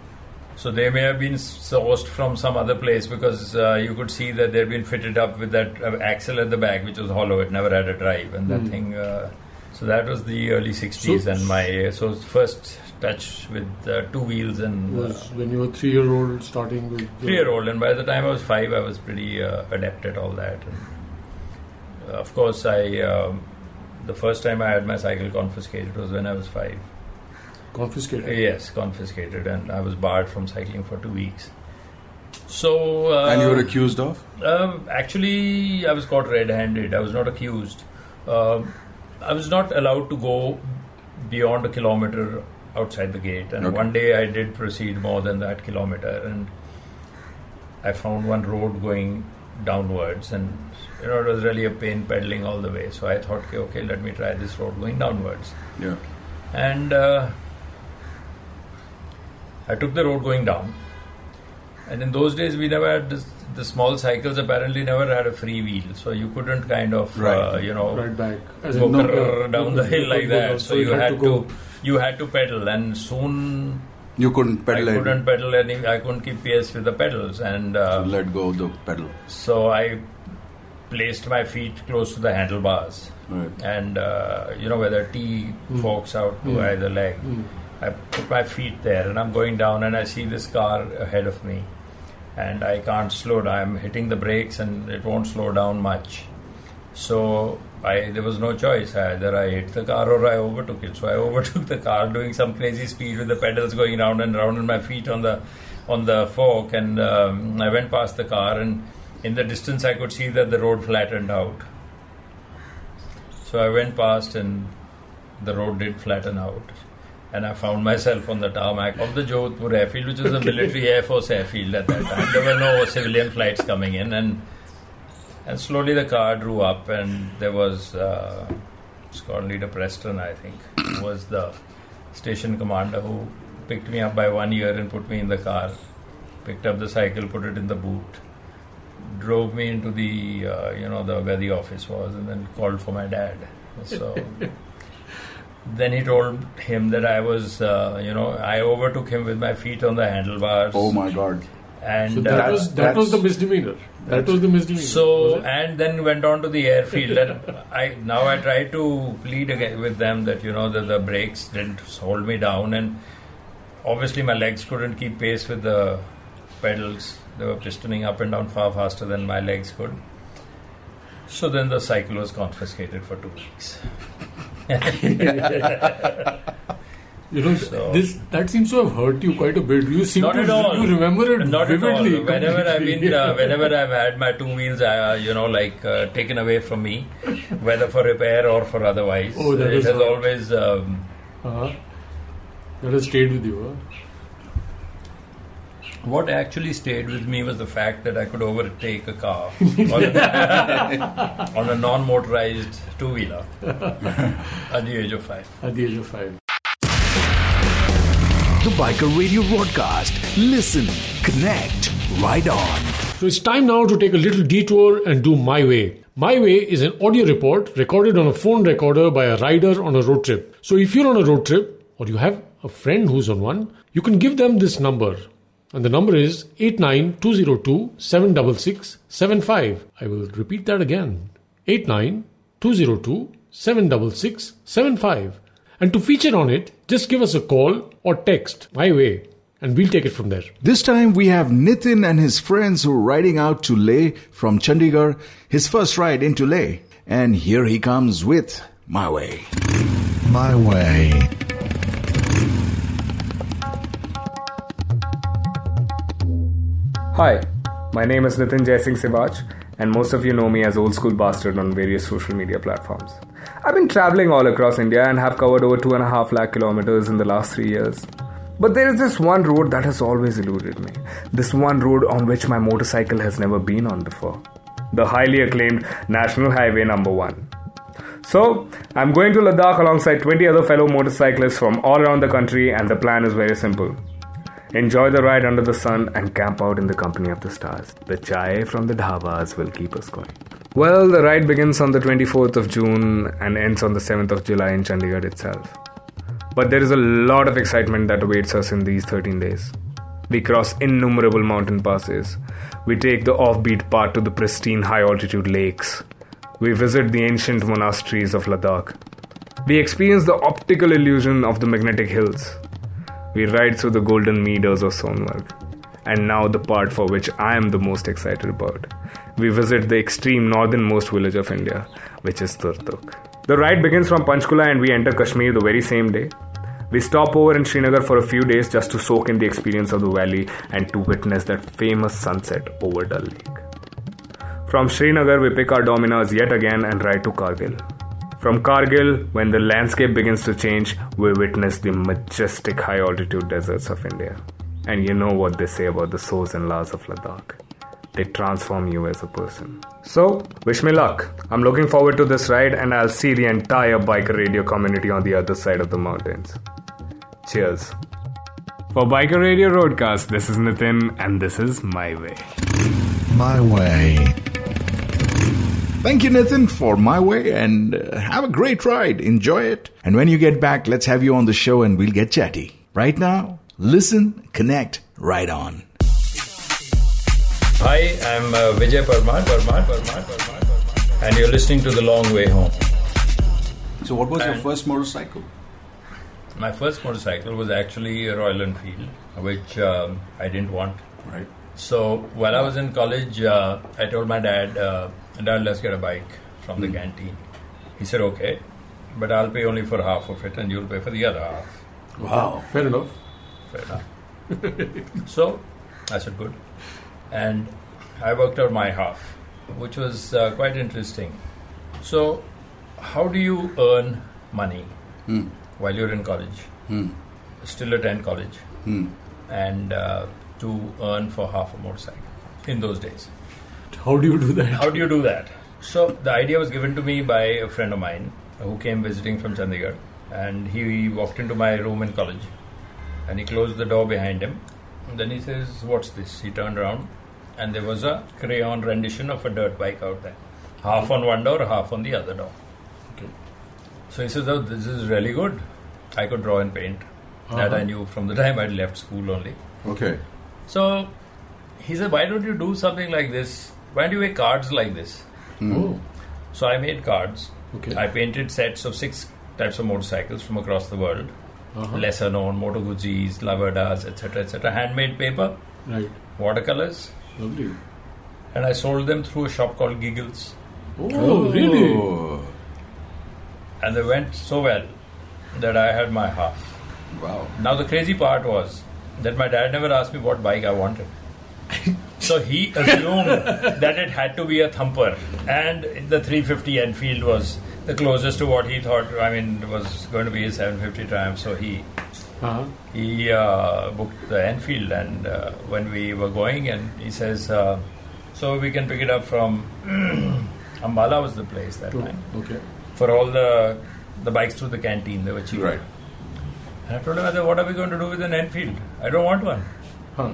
[SPEAKER 1] So they may have been sourced from some other place because uh, you could see that they'd been fitted up with that uh, axle at the back, which was hollow. It never had a drive, and that thing. Uh, so that was the early '60s, and my uh, so first touch with uh, two wheels and uh,
[SPEAKER 3] was when you were three year old starting with the-
[SPEAKER 1] three-year-old. And by the time I was five, I was pretty uh, adept at all that. And, uh, of course, I um, The first time I had my cycle confiscated was when I was five.
[SPEAKER 3] confiscated.
[SPEAKER 1] Uh, Yes, confiscated, and I was barred from cycling for two weeks. So uh,
[SPEAKER 6] and you were accused of?
[SPEAKER 1] Um, actually, I was caught red-handed. I was not accused. Um, I was not allowed to go beyond a kilometer outside the gate. And
[SPEAKER 6] Okay.
[SPEAKER 1] one day, I did proceed more than that kilometer, and I found one road going downwards, and you know it was really a pain pedaling all the way. So I thought, okay, okay, let me try this road going downwards
[SPEAKER 6] Yeah.
[SPEAKER 1] and uh, I took the road going down. And in those days, we never had this, the small cycles. Apparently, never had a free wheel, so you couldn't kind of uh,
[SPEAKER 6] Right.
[SPEAKER 1] you know
[SPEAKER 3] Right back. As
[SPEAKER 1] go
[SPEAKER 3] in no-
[SPEAKER 1] grrr down the hill like
[SPEAKER 3] no- no-
[SPEAKER 1] that. So you had to you had to pedal, and soon
[SPEAKER 6] You couldn't pedal
[SPEAKER 1] I
[SPEAKER 6] it.
[SPEAKER 1] couldn't pedal any. I couldn't keep pace with the pedals, and uh,
[SPEAKER 6] Let go of the pedal.
[SPEAKER 1] so I placed my feet close to the handlebars
[SPEAKER 6] Right.
[SPEAKER 1] and uh, you know where the T forks out to either leg. I put my feet there and I'm going down and I see this car ahead of me and I can't slow down. I'm hitting the brakes and it won't slow down much. So I there was no choice. Either I hit the car or I overtook it. So I overtook the car doing some crazy speed with the pedals going round and round and my feet on the on the fork and um, I went past the car and in the distance I could see that the road flattened out. So I went past and the road did flatten out. And I found myself on the tarmac of the Jodhpur airfield, which was a military Air Force airfield at that time. There were no civilian flights coming in, and and slowly the car drew up, and there was uh, Squad Leader Preston, I think, who was the station commander who picked me up by one ear and put me in the car, picked up the cycle, put it in the boot, drove me into the uh, you know the where the office was, and then called for my dad. So then he told him that I was uh, you know I overtook him with my feet on the handlebars.
[SPEAKER 6] Oh my God.
[SPEAKER 1] And
[SPEAKER 3] So that
[SPEAKER 1] uh,
[SPEAKER 3] was that was the misdemeanor. That was the misdemeanor.
[SPEAKER 1] so
[SPEAKER 3] was it?
[SPEAKER 1] and then went on to the airfield. and I now I try to plead again with them that you know that the brakes didn't hold me down, and obviously my legs couldn't keep pace with the pedals. They were pistoning up and down far faster than my legs could. So then the cycle was confiscated for two weeks.
[SPEAKER 3] you know
[SPEAKER 1] so-
[SPEAKER 3] this that seems to have hurt you quite a bit. You seem
[SPEAKER 1] Not
[SPEAKER 3] to
[SPEAKER 1] at all.
[SPEAKER 3] you remember it
[SPEAKER 1] Not
[SPEAKER 3] vividly.
[SPEAKER 1] at all. Whenever I've
[SPEAKER 3] completely.
[SPEAKER 1] been, uh, whenever I've had my two wheels, uh, you know, like uh, taken away from me, whether for repair or for otherwise,
[SPEAKER 3] Oh, that
[SPEAKER 1] it
[SPEAKER 3] is
[SPEAKER 1] has
[SPEAKER 3] hard.
[SPEAKER 1] always. Um,
[SPEAKER 3] Uh-huh. That has stayed with you. Huh?
[SPEAKER 1] What actually stayed with me was the fact that I could overtake a car on a non motorized two wheeler at the age of five.
[SPEAKER 3] At the age of five.
[SPEAKER 5] The Biker Radio Broadcast. Listen, connect, ride on.
[SPEAKER 3] So it's time now to take a little detour and do My Way. My Way is an audio report recorded on a phone recorder by a rider on a road trip. So if you're on a road trip or you have a friend who's on one, you can give them this number. And the number is 89202-76675. I will repeat that again. 89202-76675. And to feature on it, just give us a call or text My Way and we'll take it from there.
[SPEAKER 5] This time we have Nitin and his friends who are riding out to Leh from Chandigarh, his first ride into Leh. And here he comes with My Way.
[SPEAKER 7] my way.
[SPEAKER 8] Hi, my name is Nitin Jaising Sivaj, and most of you know me as Old School Bastard on various social media platforms. I've been traveling all across India and have covered over 2.5 lakh kilometers in the last three years. But there is this one road that has always eluded me, this one road on which my motorcycle has never been on before the highly acclaimed National Highway number 1. So, I'm going to Ladakh alongside 20 other fellow motorcyclists from all around the country, and the plan is very simple. Enjoy the ride under the sun and camp out in the company of the stars. The chai from the dhabas will keep us going. Well, the ride begins on the 24th of June and ends on the 7th of July in Chandigarh itself. But there is a lot of excitement that awaits us in these 13 days. We cross innumerable mountain passes. We take the offbeat path to the pristine high altitude lakes. We visit the ancient monasteries of Ladakh. We experience the optical illusion of the magnetic hills. We ride through the golden meadows of Sonmarg. And now, the part for which I am the most excited about. We visit the extreme northernmost village of India, which is Turtuk. The ride begins from Panchkula and we enter Kashmir the very same day. We stop over in Srinagar for a few days just to soak in the experience of the valley and to witness that famous sunset over Dal Lake. From Srinagar, we pick our dominoes yet again and ride to Kargil. From Kargil, when the landscape begins to change, we witness the majestic high altitude deserts of India. And you know what they say about the source and laws of Ladakh. They transform you as a person. So, wish me luck. I'm looking forward to this ride and I'll see the entire biker radio community on the other side of the mountains. Cheers. For Biker Radio Roadcast, this is Nitin and this is My Way.
[SPEAKER 7] My way.
[SPEAKER 5] Thank you, Nathan, for my way, and uh, have a great ride. Enjoy it. And when you get back, let's have you on the show and we'll get chatty. Right now, listen, connect, right on.
[SPEAKER 1] Hi, I'm uh, Vijay Parmar, Parmar, Parmar, Parmar, Parmar, and you're listening to The Long Way Home.
[SPEAKER 6] So, what was your
[SPEAKER 1] And-
[SPEAKER 6] first motorcycle?
[SPEAKER 1] My first motorcycle was actually a Royal Enfield, which um, I didn't want.
[SPEAKER 6] Right.
[SPEAKER 1] So while I was in college, uh, I told my dad, uh, Dad, let's get a bike from the canteen. He said, okay, but I'll pay only for half of it and you'll pay for the other half.
[SPEAKER 6] Wow.
[SPEAKER 3] Fair enough.
[SPEAKER 1] Fair enough. so I said, good. And I worked out my half, which was uh, quite interesting. So, how do you earn money while you're in college? Still attend college. And uh, to earn for half a motorcycle in those days.
[SPEAKER 3] How do you do that?
[SPEAKER 1] How do you do that? So the idea was given to me by a friend of mine who came visiting from Chandigarh, and he walked into my room in college, and he closed the door behind him. And then he says, "What's this?" He turned around, and there was a crayon rendition of a dirt bike out there, half on one door, half on the other door. So he says, "Oh, this is really good. I could draw and paint." That I knew from the time I'd left school only.
[SPEAKER 6] Okay.
[SPEAKER 1] So he said, Why don't you do something like this? Why do you make cards like this?
[SPEAKER 6] Hmm.
[SPEAKER 3] Oh,
[SPEAKER 1] So I made cards.
[SPEAKER 3] Okay.
[SPEAKER 1] I painted sets of six types of motorcycles from across the world. Lesser known Moto Guzzis, Lavadas, etc., etc. Handmade paper,
[SPEAKER 3] right.
[SPEAKER 1] watercolors,
[SPEAKER 3] Lovely.
[SPEAKER 1] and I sold them through a shop called Giggles.
[SPEAKER 3] Oh, really?
[SPEAKER 6] Oh,
[SPEAKER 1] And they went so well that I had my half.
[SPEAKER 6] wow.
[SPEAKER 1] Now the crazy part was that my dad never asked me what bike I wanted. So he assumed that it had to be a thumper, and the 350 Enfield was the closest to what he thought. I mean, was going to be his 750 Triumph. So he
[SPEAKER 3] Uh-huh.
[SPEAKER 1] he uh, booked the Enfield, and uh, when we were going, and he says, uh, "So we can pick it up from Ambala was the place that time
[SPEAKER 3] Okay.
[SPEAKER 1] for all the the bikes through the canteen. They were cheap."
[SPEAKER 6] Right.
[SPEAKER 1] And I told him, I said, what are we going to do with an Enfield? I don't want one.
[SPEAKER 3] Huh.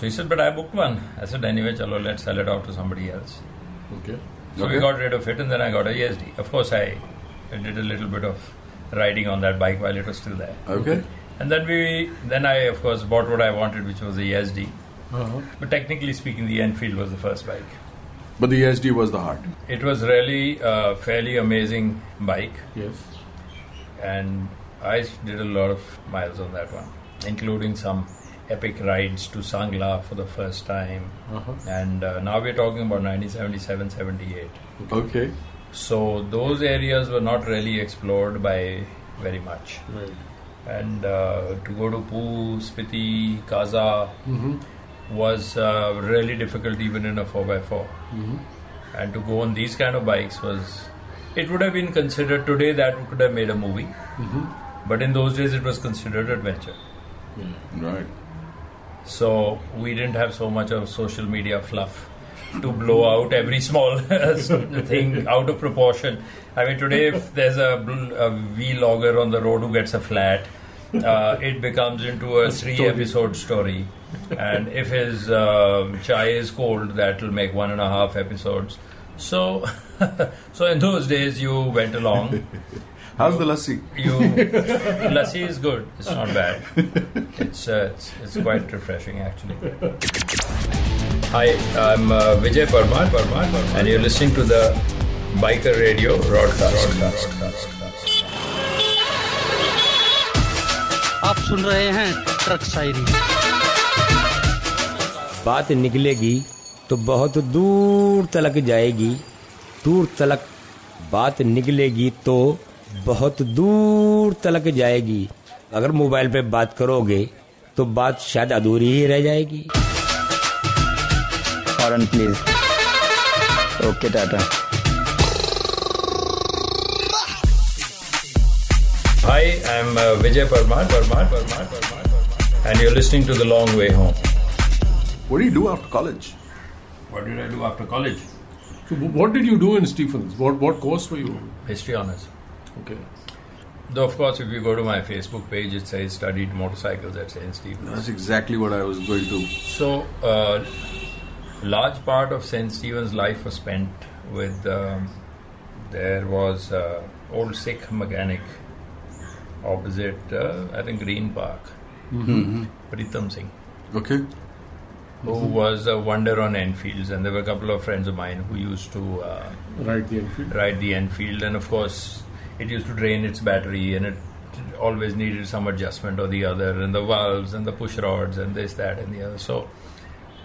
[SPEAKER 1] So he said, but I booked one. I said, anyway, chalo, let's sell it out to somebody else.
[SPEAKER 3] Okay.
[SPEAKER 1] So we
[SPEAKER 6] Okay.
[SPEAKER 1] got rid of it and then I got a ESD. Of course, I did a little bit of riding on that bike while it was still there.
[SPEAKER 6] Okay.
[SPEAKER 1] And then we, then I, of course, bought what I wanted, which was the ESD.
[SPEAKER 3] Uh-huh.
[SPEAKER 1] But technically speaking, the Enfield was the first bike.
[SPEAKER 6] But the E ESD was the heart.
[SPEAKER 1] It was really a fairly amazing bike
[SPEAKER 3] Yes.
[SPEAKER 1] and I did a lot of miles on that one, including some epic rides to Sangla for the first time.
[SPEAKER 3] Uh-huh.
[SPEAKER 1] And uh, now we're talking about 1977 78.
[SPEAKER 6] Okay.
[SPEAKER 1] So those areas were not really explored by very much.
[SPEAKER 3] Right.
[SPEAKER 1] And uh, to go to Poo, Spiti, Kaza was uh, really difficult even in a 4x4. And to go on these kind of bikes was. It would have been considered today that could have made a movie. But in those days it was considered adventure.
[SPEAKER 6] Right.
[SPEAKER 1] So we didn't have so much of social media fluff to blow out every small thing out of proportion. I mean, today if there's a, bl- a vlogger on the road who gets a flat, uh, it becomes into a three-episode story. And if his um chai is cold, that'll make one and a half episodes. So, so in those days, you went along.
[SPEAKER 6] How's the lassi?
[SPEAKER 1] You lassi is good. It's not bad. It's uh, it's, it's quite refreshing actually. Hi, I'm uh, Vijay Parmar, Parmar, and you're listening to the Biker Radio broadcast.
[SPEAKER 9] आप सुन रहे हैं truck शायरी
[SPEAKER 10] बात निकलेगी तो बहुत दूर तलक जाएगी दूर तलक बात निकलेगी तो बहुत दूर तलक जाएगी अगर मोबाइल पे बात करोगे तो बात शायद अधूरी ही रह जाएगी
[SPEAKER 11] फॉरन प्लीज ओके टाटा
[SPEAKER 1] Hi, I'm uh, Vijay Parmar, Parmar, Parmar, Parmar, Parmar, and you're listening to The Long Way Home.
[SPEAKER 6] What do you do after college?
[SPEAKER 1] What did I do after college?
[SPEAKER 3] So, wh- what did you do in Stephens? What what course were you? on?
[SPEAKER 1] History honors.
[SPEAKER 3] Okay.
[SPEAKER 1] Though, of course, if you go to my Facebook page, it says studied motorcycles at St. Stephen's.
[SPEAKER 6] That's exactly what I was going to.
[SPEAKER 1] So, uh, large part of St. Stephen's life was spent with. Um, there was uh, old Sikh mechanic opposite, uh, I think, Green Park, Mm-hmm.
[SPEAKER 6] Mhm.
[SPEAKER 1] Pritam Singh.
[SPEAKER 6] Okay.
[SPEAKER 1] Who was a wonder on Enfields, and there were a couple of friends of mine who used to uh,
[SPEAKER 3] Ride the Enfield.
[SPEAKER 1] Ride the Enfield, and of course, it used to drain its battery, and it always needed some adjustment or the other, and the valves and the push rods and this, that, and the other. So,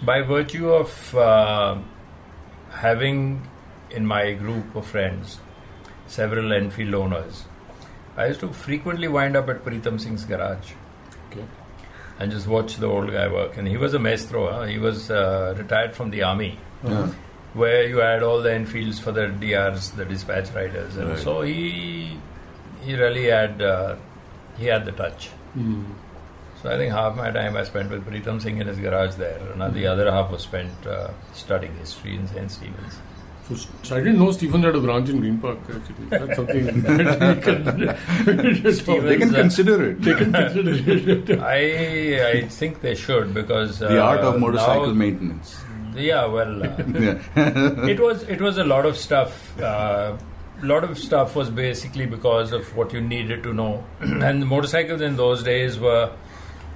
[SPEAKER 1] by virtue of uh, having in my group of friends several Enfield owners, I used to frequently wind up at Pritam Singh's garage
[SPEAKER 3] Okay.
[SPEAKER 1] and just watch the old guy work. And he was a maestro. Huh? He was uh, retired from the army,
[SPEAKER 6] Yeah.
[SPEAKER 1] where you had all the Enfields for the DRs, the dispatch riders, and
[SPEAKER 6] Right.
[SPEAKER 1] so he he really had uh, he had the touch.
[SPEAKER 3] Hmm.
[SPEAKER 1] So I think half my time I spent with Pritam Singh in his garage there, and the other half was spent uh, studying history in St. Stephen's.
[SPEAKER 3] So, s- so I didn't know Stephens had a branch in Green Park. Actually, that's something that we can.
[SPEAKER 6] Oh,
[SPEAKER 1] Stevens, uh,
[SPEAKER 3] They can consider it.
[SPEAKER 1] I I think they should because uh,
[SPEAKER 6] The art of
[SPEAKER 1] now-
[SPEAKER 6] motorcycle maintenance.
[SPEAKER 1] Yeah, well, uh,
[SPEAKER 6] Yeah.
[SPEAKER 1] it was it was a lot of stuff. A lot of stuff was basically because of what you needed to know, and motorcycles in those days were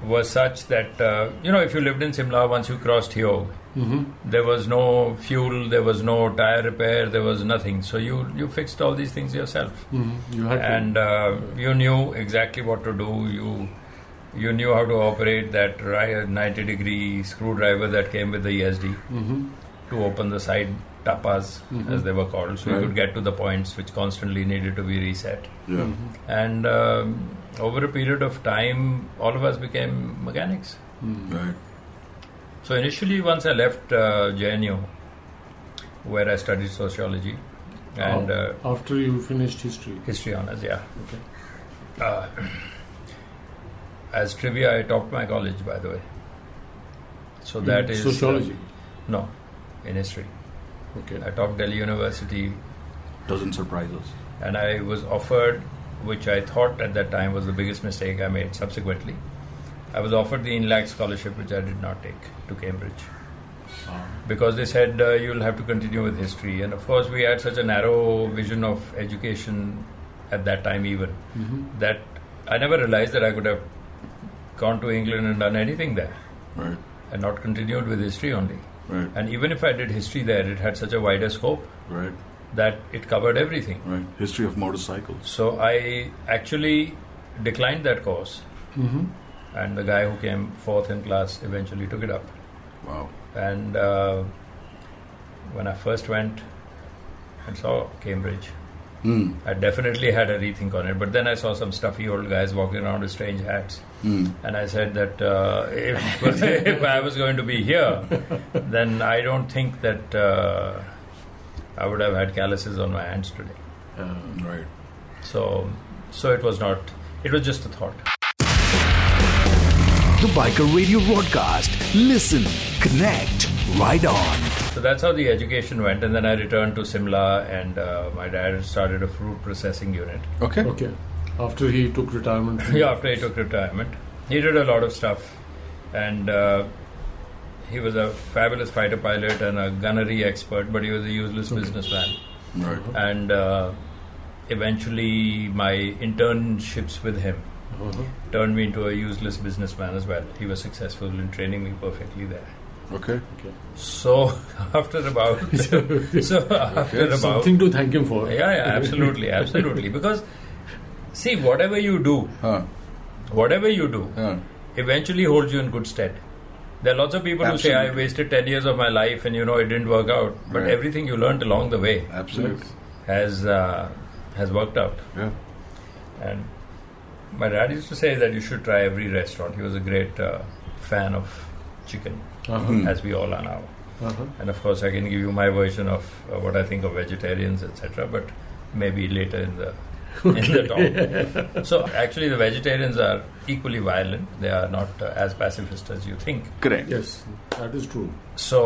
[SPEAKER 1] were such that uh, you know if you lived in Simla, once you crossed Hyog,
[SPEAKER 3] Mhm.
[SPEAKER 1] there was no fuel, there was no tire repair, there was nothing. So you you fixed all these things yourself
[SPEAKER 3] Mhm. You had to.
[SPEAKER 1] and uh, you knew exactly what to do. You you knew how to operate that ri- 90 degree screwdriver that came with the ESD
[SPEAKER 6] Mm-hmm.
[SPEAKER 3] Mhm.
[SPEAKER 1] to open the side tapas
[SPEAKER 3] Mhm.
[SPEAKER 1] as they were called, so
[SPEAKER 6] Right.
[SPEAKER 1] you could get to the points which constantly needed to be reset. Mm-hmm.
[SPEAKER 6] Yeah.
[SPEAKER 1] And um, over a period of time, all of us became mechanics.
[SPEAKER 6] Right.
[SPEAKER 1] So initially, once I left uh, JNU, where I studied sociology, and
[SPEAKER 6] Oh.
[SPEAKER 1] uh,
[SPEAKER 3] Af- after you finished history.
[SPEAKER 1] history honors, yeah.
[SPEAKER 3] Okay.
[SPEAKER 1] Uh, as trivia, I topped my college, by the way. So that
[SPEAKER 3] In
[SPEAKER 1] is uh,
[SPEAKER 3] sociology.
[SPEAKER 1] no, in history,
[SPEAKER 3] Okay.
[SPEAKER 1] I topped Delhi University,
[SPEAKER 6] Doesn't surprise us.
[SPEAKER 1] and I was offered, which I thought at that time was the biggest mistake I made. Subsequently, I was offered the INLAC scholarship, which I did not take to Cambridge. Because they said uh, you'll have to continue with history, and of course we had such a narrow vision of education at that time, even
[SPEAKER 3] Mhm.
[SPEAKER 1] that I never realized that I could have gone to England and done anything there
[SPEAKER 6] Right.
[SPEAKER 1] and not continued with history only.
[SPEAKER 6] Right.
[SPEAKER 1] And even if I did history there, it had such a wider scope
[SPEAKER 6] Right.
[SPEAKER 1] that it covered everything.
[SPEAKER 6] Right. History of motorcycles.
[SPEAKER 1] So I actually declined that course,
[SPEAKER 3] Mhm.
[SPEAKER 1] and the guy who came fourth in class eventually took it up.
[SPEAKER 6] Wow.
[SPEAKER 1] And uh, when I first went and saw Cambridge,
[SPEAKER 6] Hmm.
[SPEAKER 1] I definitely had a rethink on it. But then I saw some stuffy old guys walking around with strange hats.
[SPEAKER 6] Hmm.
[SPEAKER 1] And I said that uh, if, if I was going to be here, then I don't think that uh, I would have had calluses on my hands today.
[SPEAKER 6] Right.
[SPEAKER 1] So, so it was not. It was just a thought.
[SPEAKER 5] The Biker Radio Broadcast. Listen, connect, ride on.
[SPEAKER 1] So that's how the education went. And then I returned to Simla, and uh, my dad started a fruit processing unit.
[SPEAKER 6] Okay.
[SPEAKER 3] Okay. After he took retirement. from-
[SPEAKER 1] Yeah, after he took retirement, he did a lot of stuff, and uh, he was a fabulous fighter pilot and a gunnery expert. But he was a useless businessman.
[SPEAKER 6] Right.
[SPEAKER 1] And uh, eventually, my internships with him
[SPEAKER 3] Uh-huh.
[SPEAKER 1] turned me into a useless businessman as well. He was successful in training me perfectly there.
[SPEAKER 6] Okay.
[SPEAKER 1] So after about so after about
[SPEAKER 3] Something to thank him for.
[SPEAKER 1] yeah yeah absolutely absolutely because see whatever you do
[SPEAKER 6] Huh.
[SPEAKER 1] whatever you do
[SPEAKER 6] Huh.
[SPEAKER 1] eventually holds you in good stead. There are lots of people who say I
[SPEAKER 6] Absolutely.
[SPEAKER 1] wasted ten years of my life and you know it didn't work out, but
[SPEAKER 6] Right.
[SPEAKER 1] everything you learnt along the way
[SPEAKER 6] Absolutely.
[SPEAKER 1] has uh, has worked out.
[SPEAKER 6] Yeah.
[SPEAKER 1] And my dad used to say that you should try every restaurant. He was a great uh, fan of chicken,
[SPEAKER 6] Uh-huh.
[SPEAKER 1] as we all are now.
[SPEAKER 6] Uh-huh.
[SPEAKER 1] And of course, I can give you my version of uh, what I think of vegetarians, etc. But maybe later in the in the talk. so actually, the vegetarians are equally violent. They are not uh, as pacifist as you think.
[SPEAKER 6] Correct.
[SPEAKER 3] Yes, that is true.
[SPEAKER 1] So,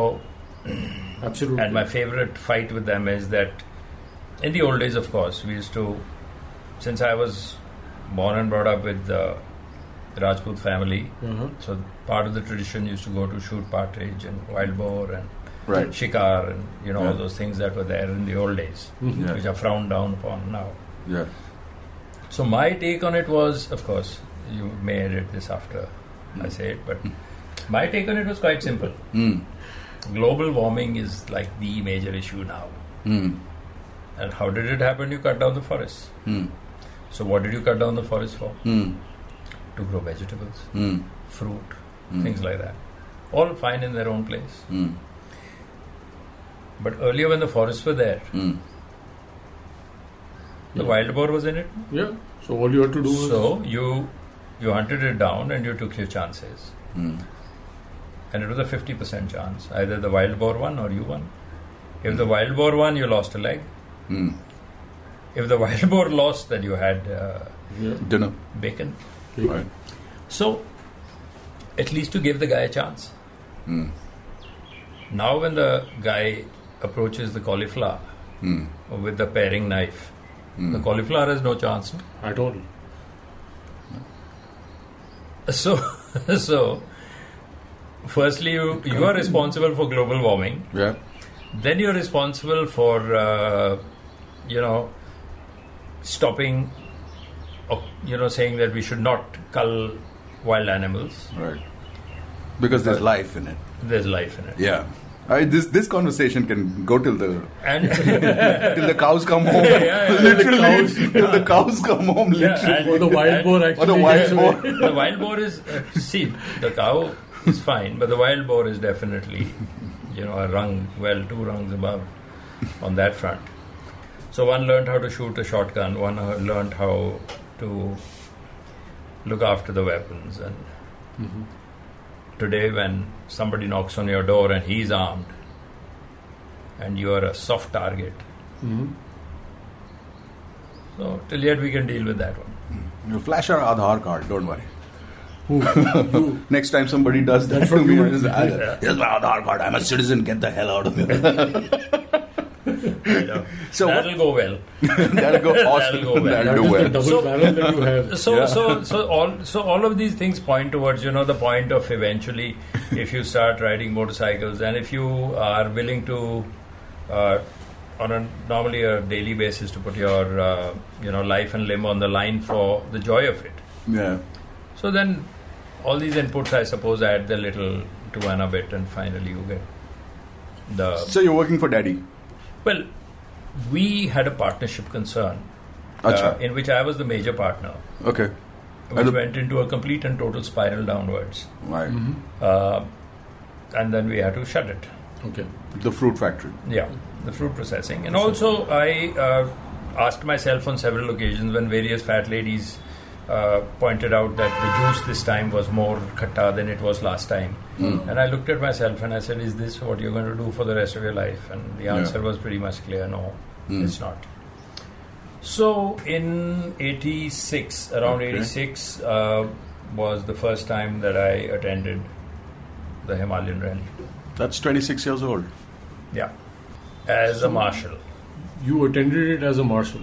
[SPEAKER 3] absolutely.
[SPEAKER 1] And my favorite fight with them is that in the old days, of course, we used to, since I was born and brought up with the Rajput family,
[SPEAKER 3] Mhm.
[SPEAKER 1] so part of the tradition used to go to shoot partridge and wild boar and
[SPEAKER 6] Right.
[SPEAKER 1] shikar and you know all
[SPEAKER 6] Yeah.
[SPEAKER 1] those things that were there in the old days,
[SPEAKER 6] Mhm. Yeah.
[SPEAKER 1] which are frowned down upon now.
[SPEAKER 6] Yeah.
[SPEAKER 1] So my take on it was, of course, you may edit this after I say it, but my take on it was quite simple.
[SPEAKER 6] Mm.
[SPEAKER 1] Global warming is like the major issue now.
[SPEAKER 6] Mm.
[SPEAKER 1] And how did it happen? You cut down the forests.
[SPEAKER 6] Mm.
[SPEAKER 1] So what did you cut down the forest for?
[SPEAKER 6] Mm.
[SPEAKER 1] To grow vegetables,
[SPEAKER 6] Mm.
[SPEAKER 1] fruit,
[SPEAKER 6] Mm.
[SPEAKER 1] things like that. All fine in their own place.
[SPEAKER 6] Mm.
[SPEAKER 1] But earlier when the forests were there,
[SPEAKER 6] Mm.
[SPEAKER 1] the wild boar was in it.
[SPEAKER 3] Yeah. So all you had to do was
[SPEAKER 1] So you you hunted it down and you took your chances.
[SPEAKER 6] Mm.
[SPEAKER 1] and it was a 50% chance either the wild boar won or you won if the wild boar won you lost a leg
[SPEAKER 6] Mm.
[SPEAKER 1] if the wild boar lost then you had uh,
[SPEAKER 6] Dinner.
[SPEAKER 1] bacon
[SPEAKER 6] Right.
[SPEAKER 1] so at least to give the guy a chance
[SPEAKER 6] Mm.
[SPEAKER 1] now when the guy approaches the cauliflower
[SPEAKER 6] Mm.
[SPEAKER 1] with the paring knife the cauliflower has no chance
[SPEAKER 3] at all
[SPEAKER 1] so so firstly you, you are responsible for global warming
[SPEAKER 6] Yeah.
[SPEAKER 1] then you're responsible for uh, you know stopping or you know saying that we should not cull wild animals
[SPEAKER 6] Right. Because there's life in it.
[SPEAKER 1] there's life in it
[SPEAKER 6] Yeah. I, this this conversation can go till the
[SPEAKER 1] and
[SPEAKER 6] till the cows come home.
[SPEAKER 1] Yeah, yeah, yeah.
[SPEAKER 6] literally,
[SPEAKER 1] Cows.
[SPEAKER 6] till the cows come home. Literally,
[SPEAKER 1] and- Or the wild and- boar
[SPEAKER 6] Or the
[SPEAKER 1] actually
[SPEAKER 6] wild
[SPEAKER 1] gets
[SPEAKER 6] boar.
[SPEAKER 1] the wild boar is uh, see the cow is fine but the wild boar is definitely you know a rung well two rungs above on that front so one learned how to shoot a shotgun one uh, learned how to look after the weapons and today when somebody knocks on your door and he's armed and you are a soft target
[SPEAKER 3] Mhm.
[SPEAKER 1] so till yet we can deal with that one
[SPEAKER 6] We'll flash our Aadhaar card. Don't worry.
[SPEAKER 3] Who?
[SPEAKER 6] Next time somebody does that,
[SPEAKER 3] That's what we
[SPEAKER 6] we'll
[SPEAKER 3] want
[SPEAKER 6] just
[SPEAKER 3] to
[SPEAKER 6] add
[SPEAKER 3] do.
[SPEAKER 6] it. here's my Aadhaar card. I'm a citizen. Get the hell out of here.
[SPEAKER 1] so that'll go well
[SPEAKER 6] That'll go
[SPEAKER 1] That'll go
[SPEAKER 6] awesome.
[SPEAKER 1] well.
[SPEAKER 6] That'll do
[SPEAKER 3] That is the
[SPEAKER 6] well.
[SPEAKER 3] double barrel that you have.
[SPEAKER 1] so
[SPEAKER 6] Yeah.
[SPEAKER 1] so so all so all of these things point towards you know the point of eventually if you start riding motorcycles and if you are willing to uh, on a normally a daily basis to put your uh, you know life and limb on the line for the joy of it
[SPEAKER 6] Yeah.
[SPEAKER 1] so then all these inputs i suppose add the little to one of it and finally you get the
[SPEAKER 6] So you're working for daddy.
[SPEAKER 1] well we had a partnership concern uh,
[SPEAKER 6] Acha.
[SPEAKER 1] in which i was the major partner
[SPEAKER 6] Okay.
[SPEAKER 1] which went into a complete and total spiral downwards.
[SPEAKER 6] Right.
[SPEAKER 2] Mm-hmm.
[SPEAKER 1] Uh, and then we had to shut it.
[SPEAKER 3] Okay.
[SPEAKER 6] The fruit factory.
[SPEAKER 1] Yeah, the fruit processing. And also, I uh, asked myself on several occasions when various fat ladies uh, pointed out that the juice this time was more khatta than it was last time.
[SPEAKER 6] Hmm.
[SPEAKER 1] And I looked at myself and I said, Is this what you're going to do for the rest of your life? And the
[SPEAKER 6] Yeah.
[SPEAKER 1] answer was pretty much clear no,
[SPEAKER 6] Mm.
[SPEAKER 1] it's not. So in 86, around
[SPEAKER 6] Okay.
[SPEAKER 1] 86, uh, was the first time that I attended the Himalayan rally.
[SPEAKER 6] That's 26 years old.
[SPEAKER 1] Yeah. As a marshal.
[SPEAKER 3] You attended it as a marshal.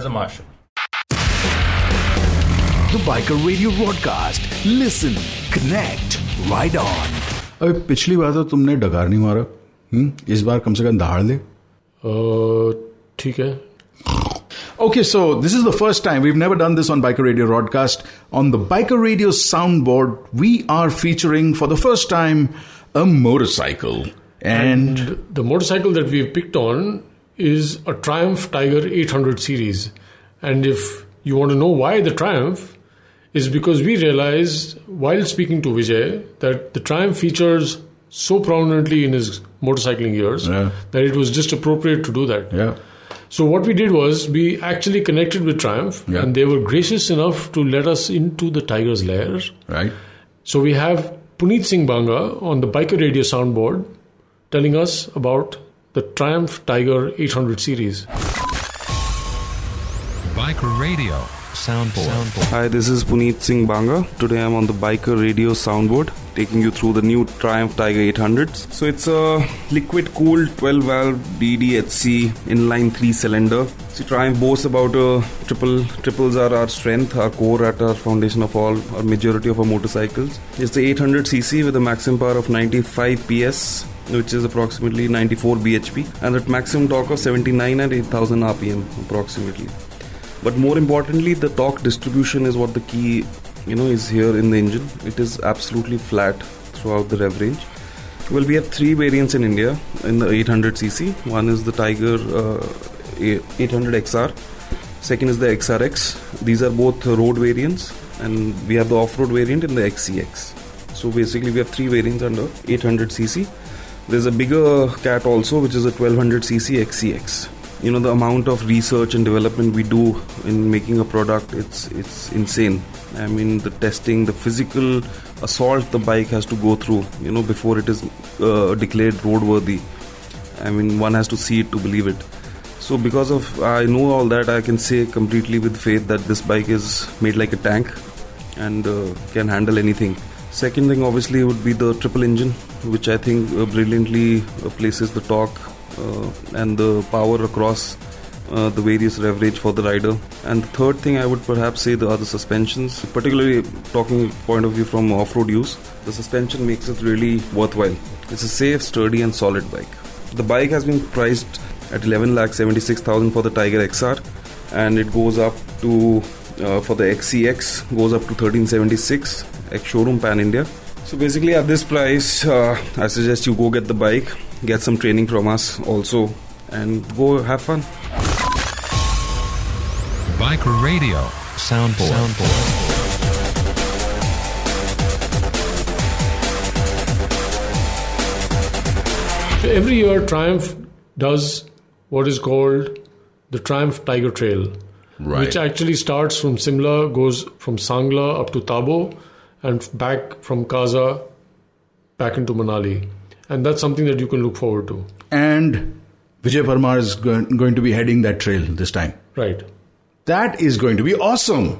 [SPEAKER 1] As a marshal.
[SPEAKER 5] The Biker Radio Broadcast. Listen, connect, ride on.
[SPEAKER 2] अबे पिछली बार तो तुमने डकार नहीं मारा हम्म? इस बार कम से कम दहाड़ दे
[SPEAKER 3] Uh, ठीक है
[SPEAKER 2] Okay, so this is the first time we've never done this on Biker Radio Broadcast. On the Biker Radio soundboard, we are featuring for the first time a motorcycle. And,
[SPEAKER 3] the motorcycle that we've picked on is a Triumph Tiger 800 series. And if you want to know why the Triumph, is because we realized while speaking to Vijay that the Triumph features so prominently in his motorcycling years
[SPEAKER 2] Yeah.
[SPEAKER 3] that it was just appropriate to do that.
[SPEAKER 2] yeah,
[SPEAKER 3] So what we did was we actually connected with Triumph,
[SPEAKER 2] Yeah.
[SPEAKER 3] and they were gracious enough to let us into the Tigers lair.
[SPEAKER 2] Right.
[SPEAKER 3] So we have Puneet Singh Banga on the Biker Radio soundboard telling us about the Triumph Tiger 800 series.
[SPEAKER 12] Biker Radio Soundboard.
[SPEAKER 13] Hi, this is Puneet Singh Banga. Today I'm on the Biker Radio soundboard taking you through the new Triumph Tiger 800s. So it's a liquid cooled 12 valve DDHC inline 3 cylinder. See, Triumph boasts about a triple. Triples are our strength, our core at our foundation of all, our majority of our motorcycles. It's the 800cc with a maximum power of 95 PS which is approximately 94 bhp and at maximum torque of 79 and 8000 rpm approximately but more importantly the torque distribution is what the key you know is here in the engine it is absolutely flat throughout the rev range well we have three variants in india in the 800cc one is the tiger uh, 800xr second is the xrx these are both uh, road variants and we have the off-road variant and the xcx so basically we have three variants under 800cc there's a bigger cat also which is a 1200cc xcx you know the amount of research and development we do in making a product it's it's insane i mean the testing the physical assault the bike has to go through you know before it is uh, declared roadworthy i mean one has to see it to believe it so because of i know all that i can say completely with faith that this bike is made like a tank and uh, can handle anything. Second thing, obviously, would be the triple engine, which I think uh, brilliantly uh, places the torque uh, and the power across uh, the various rev range for the rider. And the third thing, I would perhaps say the other suspensions, particularly talking point of view from off-road use, the suspension makes it really worthwhile. It's a safe, sturdy, and solid bike. The bike has been priced at 11 lakh 76,000 for the Tiger XR, and it goes up to uh, for the XCX goes up to 1376 ex showroom pan India. So basically, at this price, uh, I suggest you go get the bike, get some training from us also, and go have fun.
[SPEAKER 12] Biker Radio Soundboard. Soundboard.
[SPEAKER 3] So every year, Triumph does what is called the Triumph Tiger Trail,
[SPEAKER 2] Right.
[SPEAKER 3] which actually starts from Simla, goes from Sangla up to Tabo, and back from Kaza back into Manali. And that's something that you can look forward to.
[SPEAKER 2] And Vijay Parmar is go- going to be heading that trail this time.
[SPEAKER 3] Right.
[SPEAKER 2] That is going to be awesome.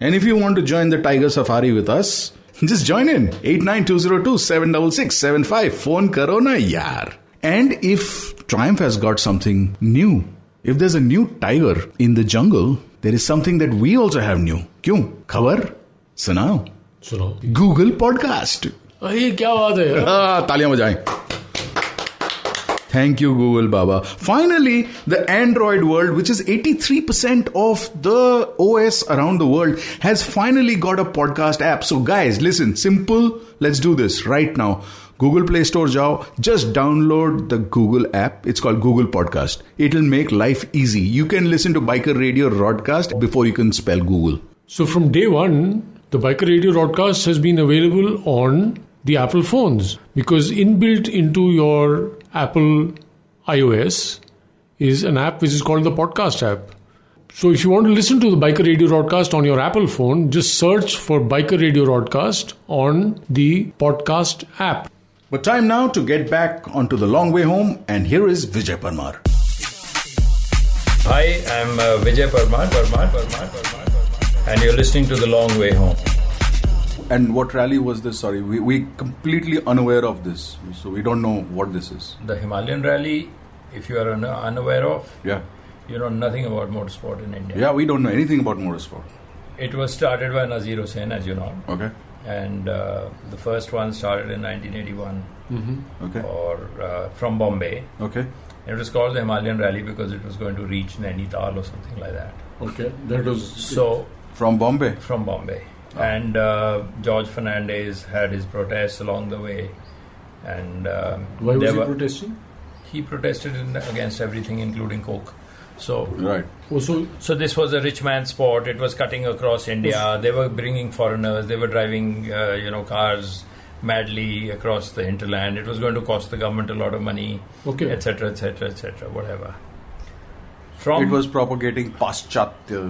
[SPEAKER 2] And if you want to join the Tiger Safari with us, just join in. 89202-76675. Phone Corona Yaar. And if Triumph has got something new, if there's a new tiger in the jungle, there is something that we also have new. Kyun? Khabar? Sunao.
[SPEAKER 3] Sunao.
[SPEAKER 2] Google Podcast.
[SPEAKER 3] अरे क्या बात है यार
[SPEAKER 2] Ah, तालियां बजाएं. Thank you, Google Baba. Finally, the Android world, which is 83% of the OS around the world, has finally got a podcast app. So, guys, listen, simple. Let's do this right now. Google Play Store, jao. Just download the Google app. It's called Google Podcast. It'll make life easy. You can listen to Biker Radio Rodcast before you can spell Google.
[SPEAKER 3] So from day one, the Biker Radio broadcast has been available on the Apple phones because inbuilt into your Apple iOS is an app which is called the podcast app. So if you want to listen to the Biker Radio broadcast on your Apple phone, just search for Biker Radio broadcast on the podcast app.
[SPEAKER 2] But time now to get back onto the long way home, and here is Vijay Parmar.
[SPEAKER 1] Hi, I'm uh, Vijay Parmar, Parmar, Parmar, Parmar, Parmar, and you're listening to The Long Way Home.
[SPEAKER 6] And what rally was this? Sorry, we we completely unaware of this, so we don't know what this is.
[SPEAKER 1] The Himalayan Rally, if you are un- unaware of,
[SPEAKER 6] Yeah,
[SPEAKER 1] you know nothing about motorsport in India.
[SPEAKER 6] yeah, we don't know anything about motorsport.
[SPEAKER 1] It was started by Nazir Hussain, as you know.
[SPEAKER 6] Okay.
[SPEAKER 1] And uh, the first one started in 1981
[SPEAKER 6] Mhm. Okay.
[SPEAKER 1] or uh, from Bombay.
[SPEAKER 6] Okay.
[SPEAKER 1] It was called the Himalayan Rally because it was going to reach Nainital or something like that.
[SPEAKER 3] Okay, that was-
[SPEAKER 1] so
[SPEAKER 6] from Bombay.
[SPEAKER 1] From Bombay,
[SPEAKER 3] Oh.
[SPEAKER 1] and uh, George Fernandez had his protests along the way, and um,
[SPEAKER 3] Why was
[SPEAKER 1] there
[SPEAKER 3] he
[SPEAKER 1] were-
[SPEAKER 3] protesting?
[SPEAKER 1] He protested in, against everything, including coke. So
[SPEAKER 6] right.
[SPEAKER 3] Also,
[SPEAKER 1] so this was a rich man's sport. It was cutting across India. They were bringing foreigners. They were driving, uh, you know, cars madly across the hinterland. It was going to cost the government a lot of money,
[SPEAKER 3] Okay.
[SPEAKER 1] etc., etc., etc., whatever. From
[SPEAKER 6] it was propagating Paschatya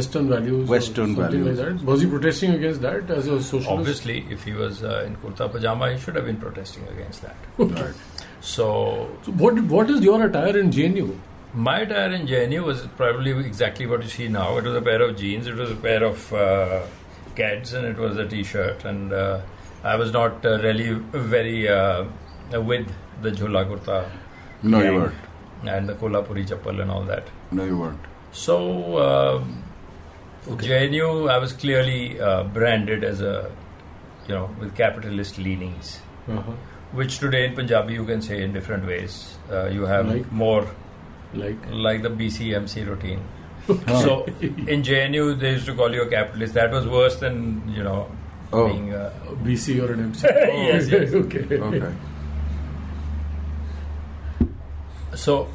[SPEAKER 3] Western values,
[SPEAKER 6] Western
[SPEAKER 3] something
[SPEAKER 6] values.
[SPEAKER 3] like that. Was he protesting against that as a socialist?
[SPEAKER 1] Obviously, if he was uh, in kurta pajama, he should have been protesting against that.
[SPEAKER 3] Right.
[SPEAKER 1] So,
[SPEAKER 3] what what is your attire in JNU?
[SPEAKER 1] My attire in JNU was probably exactly what you see now. It was a pair of jeans, it was a pair of uh, Keds, and it was a T-shirt. And uh, I was not uh, really very uh, with the jhula kurta.
[SPEAKER 6] No, you
[SPEAKER 1] gang
[SPEAKER 6] weren't.
[SPEAKER 1] And the kolhapuri chappal and all that.
[SPEAKER 6] No, you weren't.
[SPEAKER 1] So, um JNU, I was clearly uh, branded as a, you know, with capitalist leanings,
[SPEAKER 3] Uh-huh.
[SPEAKER 1] which today in Punjabi you can say in different ways. Uh, you have
[SPEAKER 3] Like?
[SPEAKER 1] more
[SPEAKER 3] like
[SPEAKER 1] like the BCMC routine. So in JNU they used to call you a capitalist. That was worse than you know
[SPEAKER 3] Oh.
[SPEAKER 1] being uh,
[SPEAKER 3] BC or an MC?
[SPEAKER 1] yes, yes.
[SPEAKER 3] okay.
[SPEAKER 6] Okay.
[SPEAKER 1] So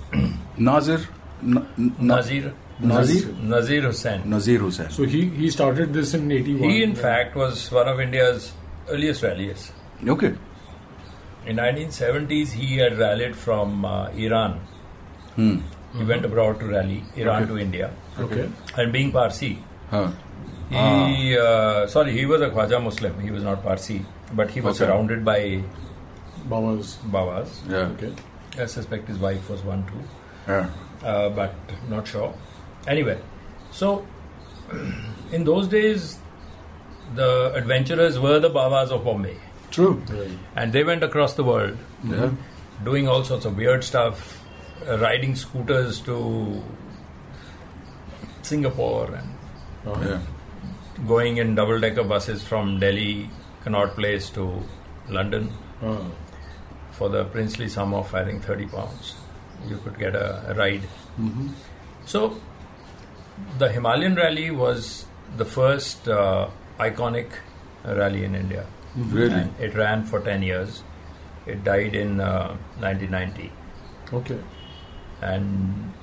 [SPEAKER 6] Nazir, N- N-
[SPEAKER 1] Nazir
[SPEAKER 6] Nazir?
[SPEAKER 1] Nazir Hussain.
[SPEAKER 6] Nazir Hussain.
[SPEAKER 3] So he, he started this in 81.
[SPEAKER 1] He in fact was one of India's earliest rallies.
[SPEAKER 6] Okay.
[SPEAKER 1] In 1970s he had rallied from uh, Iran.
[SPEAKER 6] Hmm.
[SPEAKER 1] He went abroad to rally Iran to India.
[SPEAKER 3] Okay.
[SPEAKER 1] And being Parsi,
[SPEAKER 6] Huh.
[SPEAKER 1] He,
[SPEAKER 6] Ah.
[SPEAKER 1] uh, sorry, he was a Khwaja Muslim. He was not Parsi, but he was
[SPEAKER 6] Okay.
[SPEAKER 1] surrounded by
[SPEAKER 3] Bawas.
[SPEAKER 1] Bawas.
[SPEAKER 6] Yeah.
[SPEAKER 3] Okay.
[SPEAKER 1] I suspect his wife was one too,
[SPEAKER 6] Yeah.
[SPEAKER 1] uh, but not sure. Anyway, so in those days, the adventurers were the Bawas of Bombay,
[SPEAKER 6] True.
[SPEAKER 1] and they went across the world,
[SPEAKER 6] Yeah.
[SPEAKER 1] doing all sorts of weird stuff, uh, riding scooters to Singapore and
[SPEAKER 6] Yeah.
[SPEAKER 1] going in double decker buses from Delhi, Connaught Place to London
[SPEAKER 3] Oh.
[SPEAKER 1] for the princely sum of, I think, 30 pounds. You could get a, a ride.
[SPEAKER 3] Mhm.
[SPEAKER 1] So, the Himalayan rally was the first uh, iconic rally in India.
[SPEAKER 6] Mhm. Really?
[SPEAKER 1] And it ran for 10 years. It died in uh, 1990
[SPEAKER 3] Okay.
[SPEAKER 1] and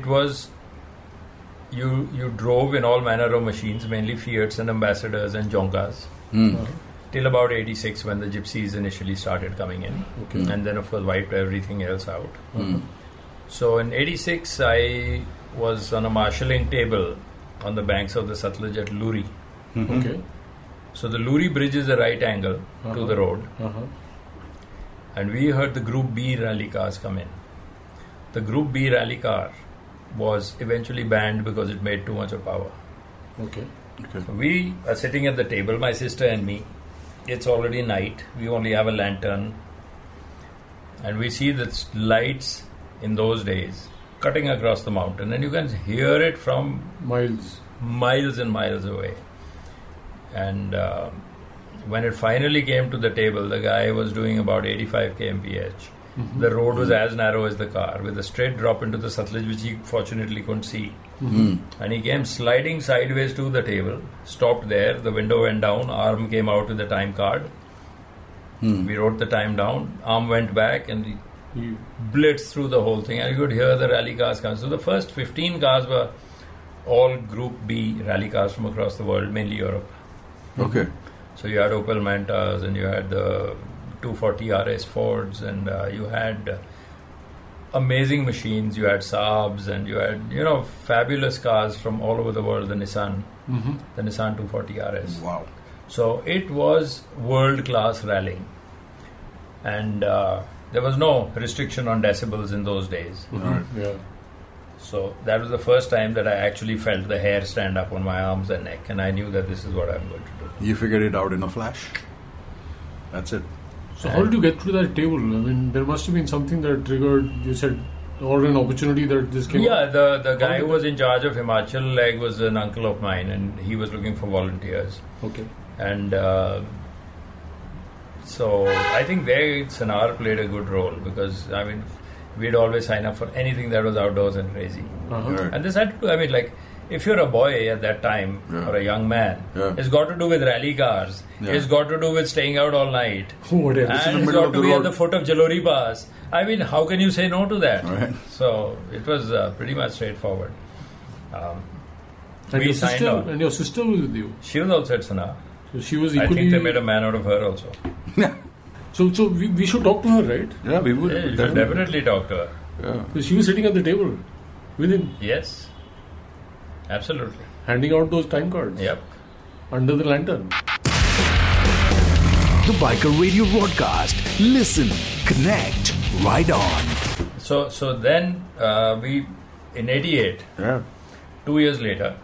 [SPEAKER 1] it was you you drove in all manner of machines mainly fiats and ambassadors and jongas
[SPEAKER 6] Hmm.
[SPEAKER 1] till about 86 when the gypsies initially started coming in
[SPEAKER 3] Okay.
[SPEAKER 1] and then of course wiped everything else out
[SPEAKER 6] Hmm.
[SPEAKER 1] so in 86 i was on a marshalling table on the banks of the satluj at luri
[SPEAKER 3] Okay.
[SPEAKER 1] so the luri bridge is a right angle to
[SPEAKER 3] Uh-huh.
[SPEAKER 1] the road
[SPEAKER 3] Uh-huh.
[SPEAKER 1] and we heard the Group B rally cars come in. The Group B rally car was eventually banned because it made too much of power.
[SPEAKER 3] Okay.
[SPEAKER 6] Okay.
[SPEAKER 1] We are sitting at the table, my sister and me. It's already night. We only have a lantern. And we see the s- lights in those days cutting across the mountain. And you can hear it from
[SPEAKER 3] Miles.
[SPEAKER 1] miles and miles away. And uh, when it finally came to the table, the guy was doing about 85 kmph.
[SPEAKER 3] Mhm.
[SPEAKER 1] The road was as narrow as the car, with a straight drop into the Satluj, which he fortunately couldn't see.
[SPEAKER 6] Hmm.
[SPEAKER 1] And he came sliding sideways to the table, stopped there, the window went down, arm came out with the time card.
[SPEAKER 6] Hmm.
[SPEAKER 1] We wrote the time down, arm went back, and he
[SPEAKER 3] He,
[SPEAKER 1] blitzed through the whole thing. And you could hear the rally cars come. So the first 15 cars were all Group B rally cars from across the world, mainly Europe.
[SPEAKER 6] Okay.
[SPEAKER 1] So you had Opel Mantas and you had the 240 RS Fords and uh, you had amazing machines. You had Saabs and you had, you know, fabulous cars from all over the world, the Nissan,
[SPEAKER 3] Mhm.
[SPEAKER 1] the Nissan 240 RS.
[SPEAKER 6] Wow.
[SPEAKER 1] So it was world class rallying. And uh, there was no restriction on decibels in those days.
[SPEAKER 6] Alright.
[SPEAKER 3] Yeah.
[SPEAKER 1] So that was the first time that I actually felt the hair stand up on my arms and neck. And I knew that this is what I'm going to do.
[SPEAKER 6] You figured it out in a flash. That's it.
[SPEAKER 3] So how did you get to that table? I mean, there must have been something that triggered. You said, or an opportunity that this came.
[SPEAKER 1] Yeah, the, the
[SPEAKER 3] How
[SPEAKER 1] guy
[SPEAKER 3] did
[SPEAKER 1] who was in charge of Himachal Leg was an uncle of mine, and he was looking for volunteers.
[SPEAKER 3] Okay.
[SPEAKER 1] And uh, so I think there Sanar played a good role because, I mean, we'd always sign up for anything that was outdoors and crazy.
[SPEAKER 3] Uh-huh.
[SPEAKER 6] Right.
[SPEAKER 1] And this had to, I mean, like, if you're a boy at that time
[SPEAKER 6] Yeah.
[SPEAKER 1] or a young man,
[SPEAKER 6] Yeah.
[SPEAKER 1] it's got to do with rally cars,
[SPEAKER 6] Yeah.
[SPEAKER 1] it's got to do with staying out all night.
[SPEAKER 3] Whatever.
[SPEAKER 6] This is the
[SPEAKER 1] And it's
[SPEAKER 6] middle
[SPEAKER 1] got
[SPEAKER 6] of
[SPEAKER 1] to
[SPEAKER 6] the
[SPEAKER 1] be at
[SPEAKER 6] road.
[SPEAKER 1] the foot of Jalori Pass. I mean, how can you say no to that?
[SPEAKER 6] Right.
[SPEAKER 1] So it was uh, pretty much straightforward. Um,
[SPEAKER 3] And
[SPEAKER 1] we
[SPEAKER 3] your
[SPEAKER 1] signed
[SPEAKER 3] sister,
[SPEAKER 1] on.
[SPEAKER 3] and your sister was with you.
[SPEAKER 1] She was also at Sana.
[SPEAKER 3] So she was
[SPEAKER 1] I
[SPEAKER 3] equally.
[SPEAKER 1] think they made a man out of her also.
[SPEAKER 3] so so we, we should talk to her, right?
[SPEAKER 6] Yeah, we would.
[SPEAKER 1] Yeah, you should definitely talk to her.
[SPEAKER 6] Yeah.
[SPEAKER 3] Because she was sitting at the table. within?
[SPEAKER 1] Yes. Absolutely.
[SPEAKER 3] Handing out those time cards?
[SPEAKER 1] Yep.
[SPEAKER 3] Under the lantern?
[SPEAKER 5] The Biker Radio broadcast. Listen, connect, ride on.
[SPEAKER 1] So, so then uh, we, in 88,
[SPEAKER 14] yeah.
[SPEAKER 1] two years later,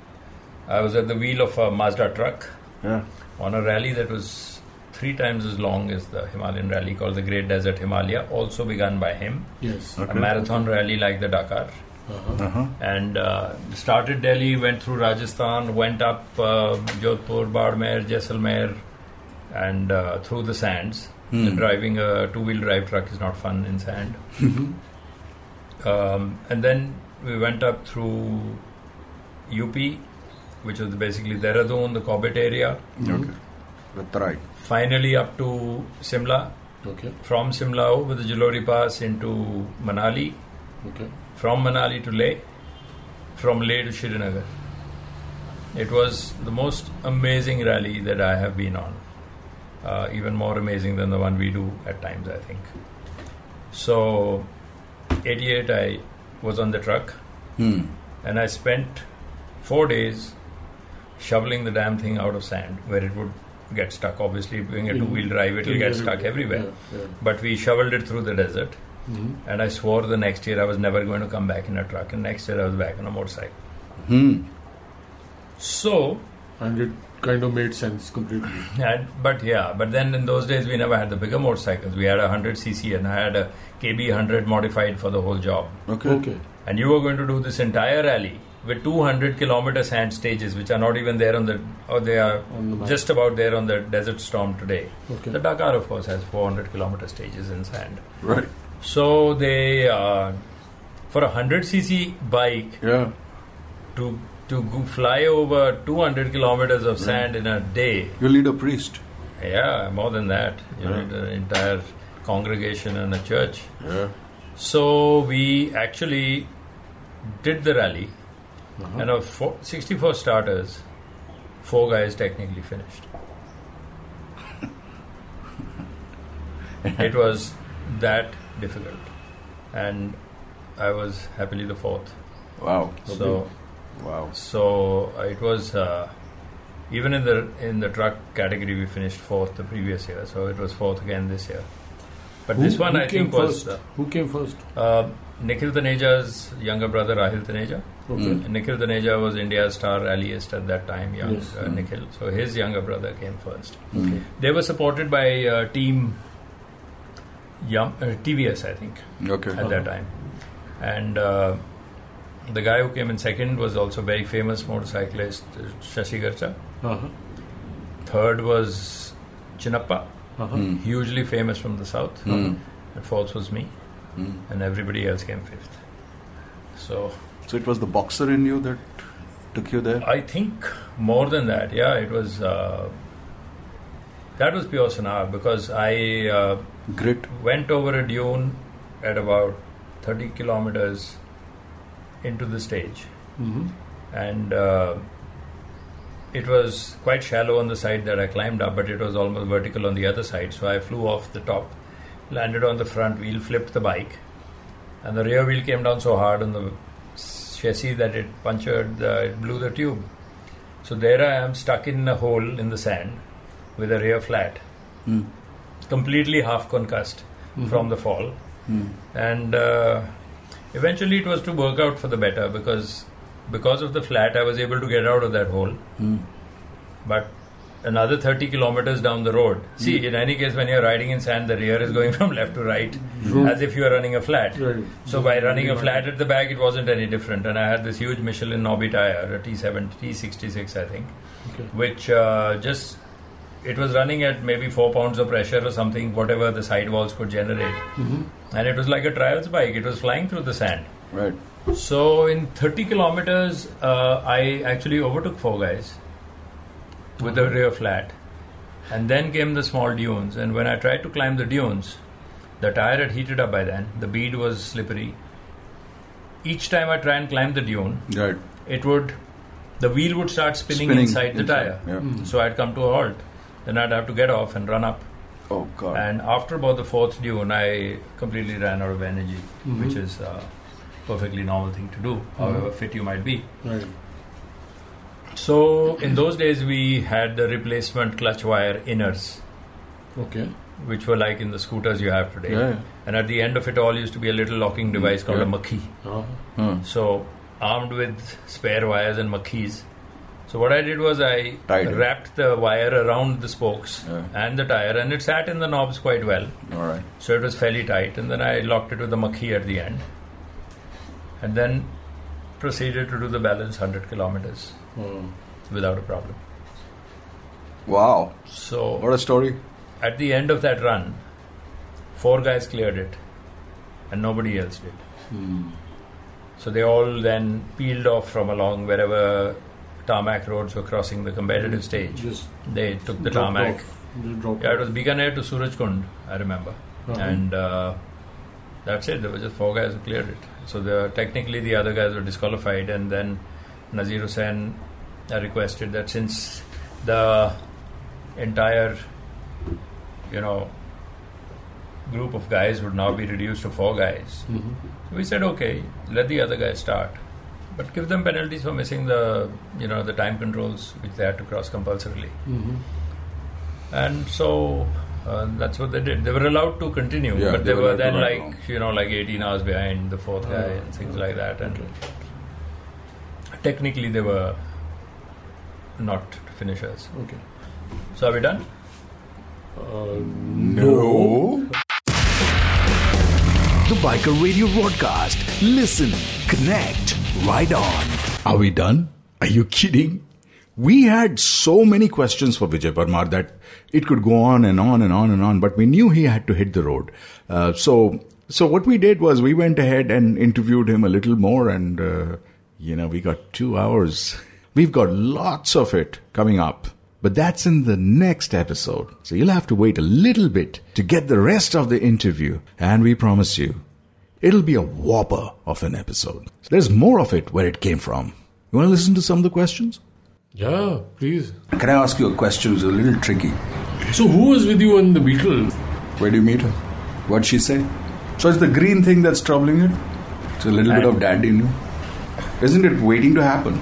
[SPEAKER 1] I was at the wheel of a Mazda truck
[SPEAKER 14] yeah.
[SPEAKER 1] on a rally that was three times as long as the Himalayan rally called the Great Desert Himalaya, also begun by him.
[SPEAKER 3] Yes.
[SPEAKER 1] A marathon rally like the Dakar.
[SPEAKER 3] Uh-huh.
[SPEAKER 14] Uh-huh.
[SPEAKER 1] And uh, started Delhi, went through Rajasthan, went up uh, Jodhpur, Barmer, Jaisalmer, and uh, through the sands.
[SPEAKER 14] Hmm.
[SPEAKER 1] And Driving a two wheel drive truck is not fun in sand.
[SPEAKER 14] Mm-hmm.
[SPEAKER 1] Um, and then we went up through UP, which was basically Dehradun, the Corbett area.
[SPEAKER 6] Okay. That's right.
[SPEAKER 1] Finally, up to Simla.
[SPEAKER 3] Okay.
[SPEAKER 1] From Simla over the Jalori Pass into Manali.
[SPEAKER 3] Okay.
[SPEAKER 1] From Manali to Leh. From Leh to Srinagar. It was the most amazing rally that I have been on. Uh, even more amazing than the one we do at times, I think. So, 88, I was on the truck
[SPEAKER 6] Hmm.
[SPEAKER 1] and I spent four days shoveling the damn thing out of sand where it would get stuck. Obviously, being a
[SPEAKER 3] In-
[SPEAKER 1] two wheel drive, it will
[SPEAKER 3] in
[SPEAKER 1] get
[SPEAKER 3] everywhere.
[SPEAKER 1] stuck everywhere.
[SPEAKER 3] Yeah, yeah.
[SPEAKER 1] But we shoveled it through the desert,
[SPEAKER 3] Mhm.
[SPEAKER 1] and I swore the next year I was never going to come back in a truck, and next year I was back on a motorcycle.
[SPEAKER 6] Hmm.
[SPEAKER 1] So,
[SPEAKER 3] And it kind of made sense completely.
[SPEAKER 1] and, but yeah, but then in those days we never had the bigger motorcycles. We had a 100cc and I had a KB 100 modified for the whole job.
[SPEAKER 6] Okay.
[SPEAKER 3] Okay.
[SPEAKER 1] and you were going to do this entire rally with 200 kilometer sand stages which are not even there on the or they are
[SPEAKER 3] On the map.
[SPEAKER 1] just about there on the desert storm today
[SPEAKER 3] Okay.
[SPEAKER 1] the dakar of course has 400 kilometer stages in sand
[SPEAKER 6] Right.
[SPEAKER 1] so they uh, for a 100 cc bike
[SPEAKER 6] yeah.
[SPEAKER 1] to to go fly over 200 kilometers of sand in a day
[SPEAKER 6] You'll need a priest.
[SPEAKER 1] yeah, more than that. You
[SPEAKER 6] Yeah.
[SPEAKER 1] need an entire congregation and a church.
[SPEAKER 6] Yeah.
[SPEAKER 1] So we actually did the rally,
[SPEAKER 6] Uh-huh.
[SPEAKER 1] and of four, 64 starters, four guys technically finished. it was that difficult, and I was happily the fourth.
[SPEAKER 6] Wow.
[SPEAKER 1] So,
[SPEAKER 6] wow.
[SPEAKER 1] So uh, it was uh, even in the in the truck category we finished fourth the previous year, so it was fourth again this year. But
[SPEAKER 3] Who-
[SPEAKER 1] this one
[SPEAKER 3] who
[SPEAKER 1] I
[SPEAKER 3] came
[SPEAKER 1] think was
[SPEAKER 3] first? Who came first?
[SPEAKER 1] Uh, Nikhil Taneja's younger brother Rahil Taneja.
[SPEAKER 3] Okay.
[SPEAKER 1] And Nikhil Taneja was India's star rallyist at that time, young
[SPEAKER 3] Yes.
[SPEAKER 1] uh, Nikhil. So his younger brother came first.
[SPEAKER 3] Okay.
[SPEAKER 1] They were supported by uh, team Yum, uh, TVS, I think,
[SPEAKER 6] Okay.
[SPEAKER 1] at that time. And uh, the guy who came in second was also very famous motorcyclist uh, Shashi Garcha.
[SPEAKER 3] Uh-huh.
[SPEAKER 1] Third was Chinappa,
[SPEAKER 3] Uh-huh. Hmm.
[SPEAKER 1] hugely famous from the south.
[SPEAKER 6] Hmm.
[SPEAKER 1] And fourth was me,
[SPEAKER 6] Hmm.
[SPEAKER 1] and everybody else came fifth. So
[SPEAKER 6] So it was the boxer in you that took you there?
[SPEAKER 1] I think more than that, yeah, it was. Uh, that was pure Sonar because I uh,
[SPEAKER 6] Grit.
[SPEAKER 1] went over a dune at about 30 kilometers into the stage.
[SPEAKER 3] Mhm.
[SPEAKER 1] And uh, it was quite shallow on the side that I climbed up, but it was almost vertical on the other side. So I flew off the top, landed on the front wheel, flipped the bike, and the rear wheel came down so hard on the chassis that it punctured, uh, it blew the tube. So there I am stuck in a hole in the sand with a rear flat,
[SPEAKER 6] Hmm.
[SPEAKER 1] completely half concussed from the fall.
[SPEAKER 6] Hmm.
[SPEAKER 1] And uh, eventually it was to work out for the better because because of the flat I was able to get out of that hole.
[SPEAKER 6] Hmm.
[SPEAKER 1] But another 30 kilometers down the road.
[SPEAKER 3] Hmm.
[SPEAKER 1] See, in any case, when you're riding in sand, the rear is going from left to right
[SPEAKER 3] Sure.
[SPEAKER 1] as if you are running a flat.
[SPEAKER 3] Right.
[SPEAKER 1] So by running a flat at the back, it wasn't any different. And I had this huge Michelin Nobby tire, a T7, T66, I think,
[SPEAKER 3] Okay.
[SPEAKER 1] which uh, just it was running at maybe four pounds of pressure or something, whatever the sidewalls could generate.
[SPEAKER 3] Mhm.
[SPEAKER 1] And it was like a trials bike. It was flying through the sand.
[SPEAKER 6] Right.
[SPEAKER 1] So in 30 kilometers, uh, I actually overtook four guys with the rear flat, and then came the small dunes. And when I tried to climb the dunes, the tire had heated up by then. The bead was slippery. Each time I try and climb the dune,
[SPEAKER 6] Right.
[SPEAKER 1] it would the wheel would start spinning,
[SPEAKER 6] Spinning
[SPEAKER 1] inside the
[SPEAKER 6] inside,
[SPEAKER 1] tire.
[SPEAKER 6] yeah. Mm.
[SPEAKER 1] So I'd come to a halt. Then I'd have to get off and run up.
[SPEAKER 6] Oh God.
[SPEAKER 1] And after about the fourth dune, I completely ran out of energy,
[SPEAKER 6] Mhm.
[SPEAKER 1] which is uh, perfectly normal thing to do,
[SPEAKER 6] Mm-hmm.
[SPEAKER 1] however fit you might be.
[SPEAKER 3] Right.
[SPEAKER 1] So in those days, we had the replacement clutch wire inners,
[SPEAKER 3] Okay.
[SPEAKER 1] which were like in the scooters you have today.
[SPEAKER 3] Yeah, yeah.
[SPEAKER 1] And at the end of it all used to be a little locking
[SPEAKER 6] Mm-hmm.
[SPEAKER 1] device called a makhi. So armed with spare wires and makhis. So what I did was I
[SPEAKER 6] Tied it.
[SPEAKER 1] wrapped the wire around the spokes and the tire, and it sat in the knobs quite well.
[SPEAKER 6] All right.
[SPEAKER 1] So it was fairly tight, and then I locked it with a makhi at the end, and then proceeded to do the balance 100 kilometers
[SPEAKER 3] Hmm.
[SPEAKER 1] without a problem.
[SPEAKER 6] Wow.
[SPEAKER 1] So
[SPEAKER 6] What a story.
[SPEAKER 1] at the end of that run, four guys cleared it, and nobody else did.
[SPEAKER 3] Hmm.
[SPEAKER 1] So they all then peeled off from along wherever tarmac roads were crossing the competitive stage.
[SPEAKER 3] Just
[SPEAKER 1] they took the
[SPEAKER 3] dropped
[SPEAKER 1] tarmac.
[SPEAKER 3] off. Just dropped
[SPEAKER 1] Yeah, it
[SPEAKER 3] off.
[SPEAKER 1] was Bikaner to Surajkund, I remember.
[SPEAKER 3] Uh-huh.
[SPEAKER 1] And uh, that's it. There were just four guys who cleared it. So the, technically, the other guys were disqualified. And then Nazir Hussain uh, requested that since the entire, you know, group of guys would now be reduced to four guys,
[SPEAKER 6] Mm-hmm.
[SPEAKER 1] we said, okay, let the other guys start, but give them penalties for missing the, you know, the time controls which they had to cross compulsorily.
[SPEAKER 6] Mm-hmm.
[SPEAKER 3] Mhm.
[SPEAKER 1] And so uh, that's what they did. They were allowed to continue,
[SPEAKER 6] Yeah,
[SPEAKER 1] but they,
[SPEAKER 6] they were
[SPEAKER 1] were,
[SPEAKER 6] allowed to Oh,
[SPEAKER 1] then
[SPEAKER 6] ride
[SPEAKER 1] like
[SPEAKER 6] along.
[SPEAKER 1] you know like 18 hours behind the fourth guy and things like that. And technically, they were not finishers.
[SPEAKER 3] Okay.
[SPEAKER 1] So are we done?
[SPEAKER 6] No.
[SPEAKER 5] The Biker Radio Broadcast. Listen, connect, ride on.
[SPEAKER 2] Are we done? Are you kidding? We had so many questions for Vijay Parmar that it could go on and on and on and on, but we knew he had to hit the road. Uh, so, so what we did was we went ahead and interviewed him a little more, and uh, you know we got two hours. We've got lots of it coming up, but that's in the next episode. So you'll have to wait a little bit to get the rest of the interview, and we promise you, It'll be a whopper of an episode. There's more of it where it came from. You want to listen to some of the questions?
[SPEAKER 3] Yeah, please.
[SPEAKER 6] Can I ask you a question? It's a little tricky.
[SPEAKER 3] So who was with you on the Beatles?
[SPEAKER 6] Where do you meet her? What'd she say? So it's the green thing that's troubling it. It's a little bit of dad in you. Isn't it waiting to happen?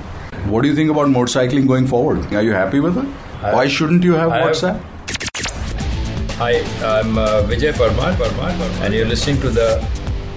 [SPEAKER 6] What do you think about motorcycling going forward? Are you happy with it? Why shouldn't you have
[SPEAKER 1] I-
[SPEAKER 6] WhatsApp?
[SPEAKER 1] Hi, I'm uh, Vijay Parmar, Parmar, and you're listening to the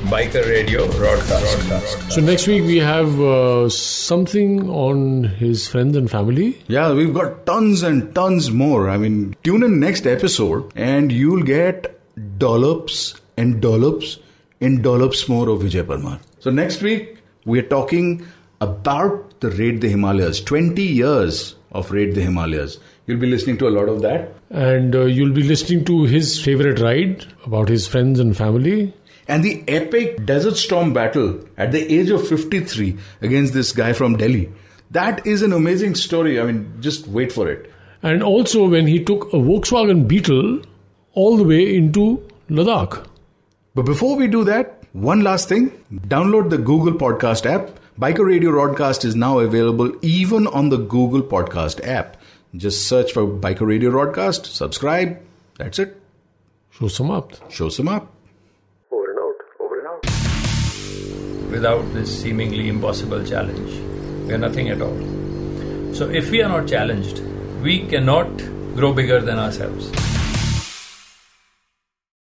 [SPEAKER 1] Biker Radio broadcast.
[SPEAKER 3] So next week we have uh, something on his friends and family.
[SPEAKER 2] Yeah, we've got tons and tons more. I mean, tune in next episode and you'll get dollops and dollops and dollops more of Vijay Parmar. So next week, we're talking about the Raid the Himalayas, 20 years of Raid the Himalayas. You'll be listening to a lot of that.
[SPEAKER 3] And uh, you'll be listening to his favorite ride about his friends and family.
[SPEAKER 2] And the epic Desert Storm battle at the age of 53 against this guy from Delhi. That is an amazing story. I mean, just wait for it.
[SPEAKER 3] And also when he took a Volkswagen Beetle all the way into Ladakh.
[SPEAKER 2] But before we do that, one last thing download the Google Podcast app. Biker Radio Broadcast is now available even on the Google Podcast app. Just search for Biker Radio Broadcast, subscribe. That's it.
[SPEAKER 3] Show some up.
[SPEAKER 2] Show some up.
[SPEAKER 4] Over and out, over and out.
[SPEAKER 1] without this seemingly impossible challenge. We are nothing at all. So, if we are not challenged, we cannot grow bigger than ourselves.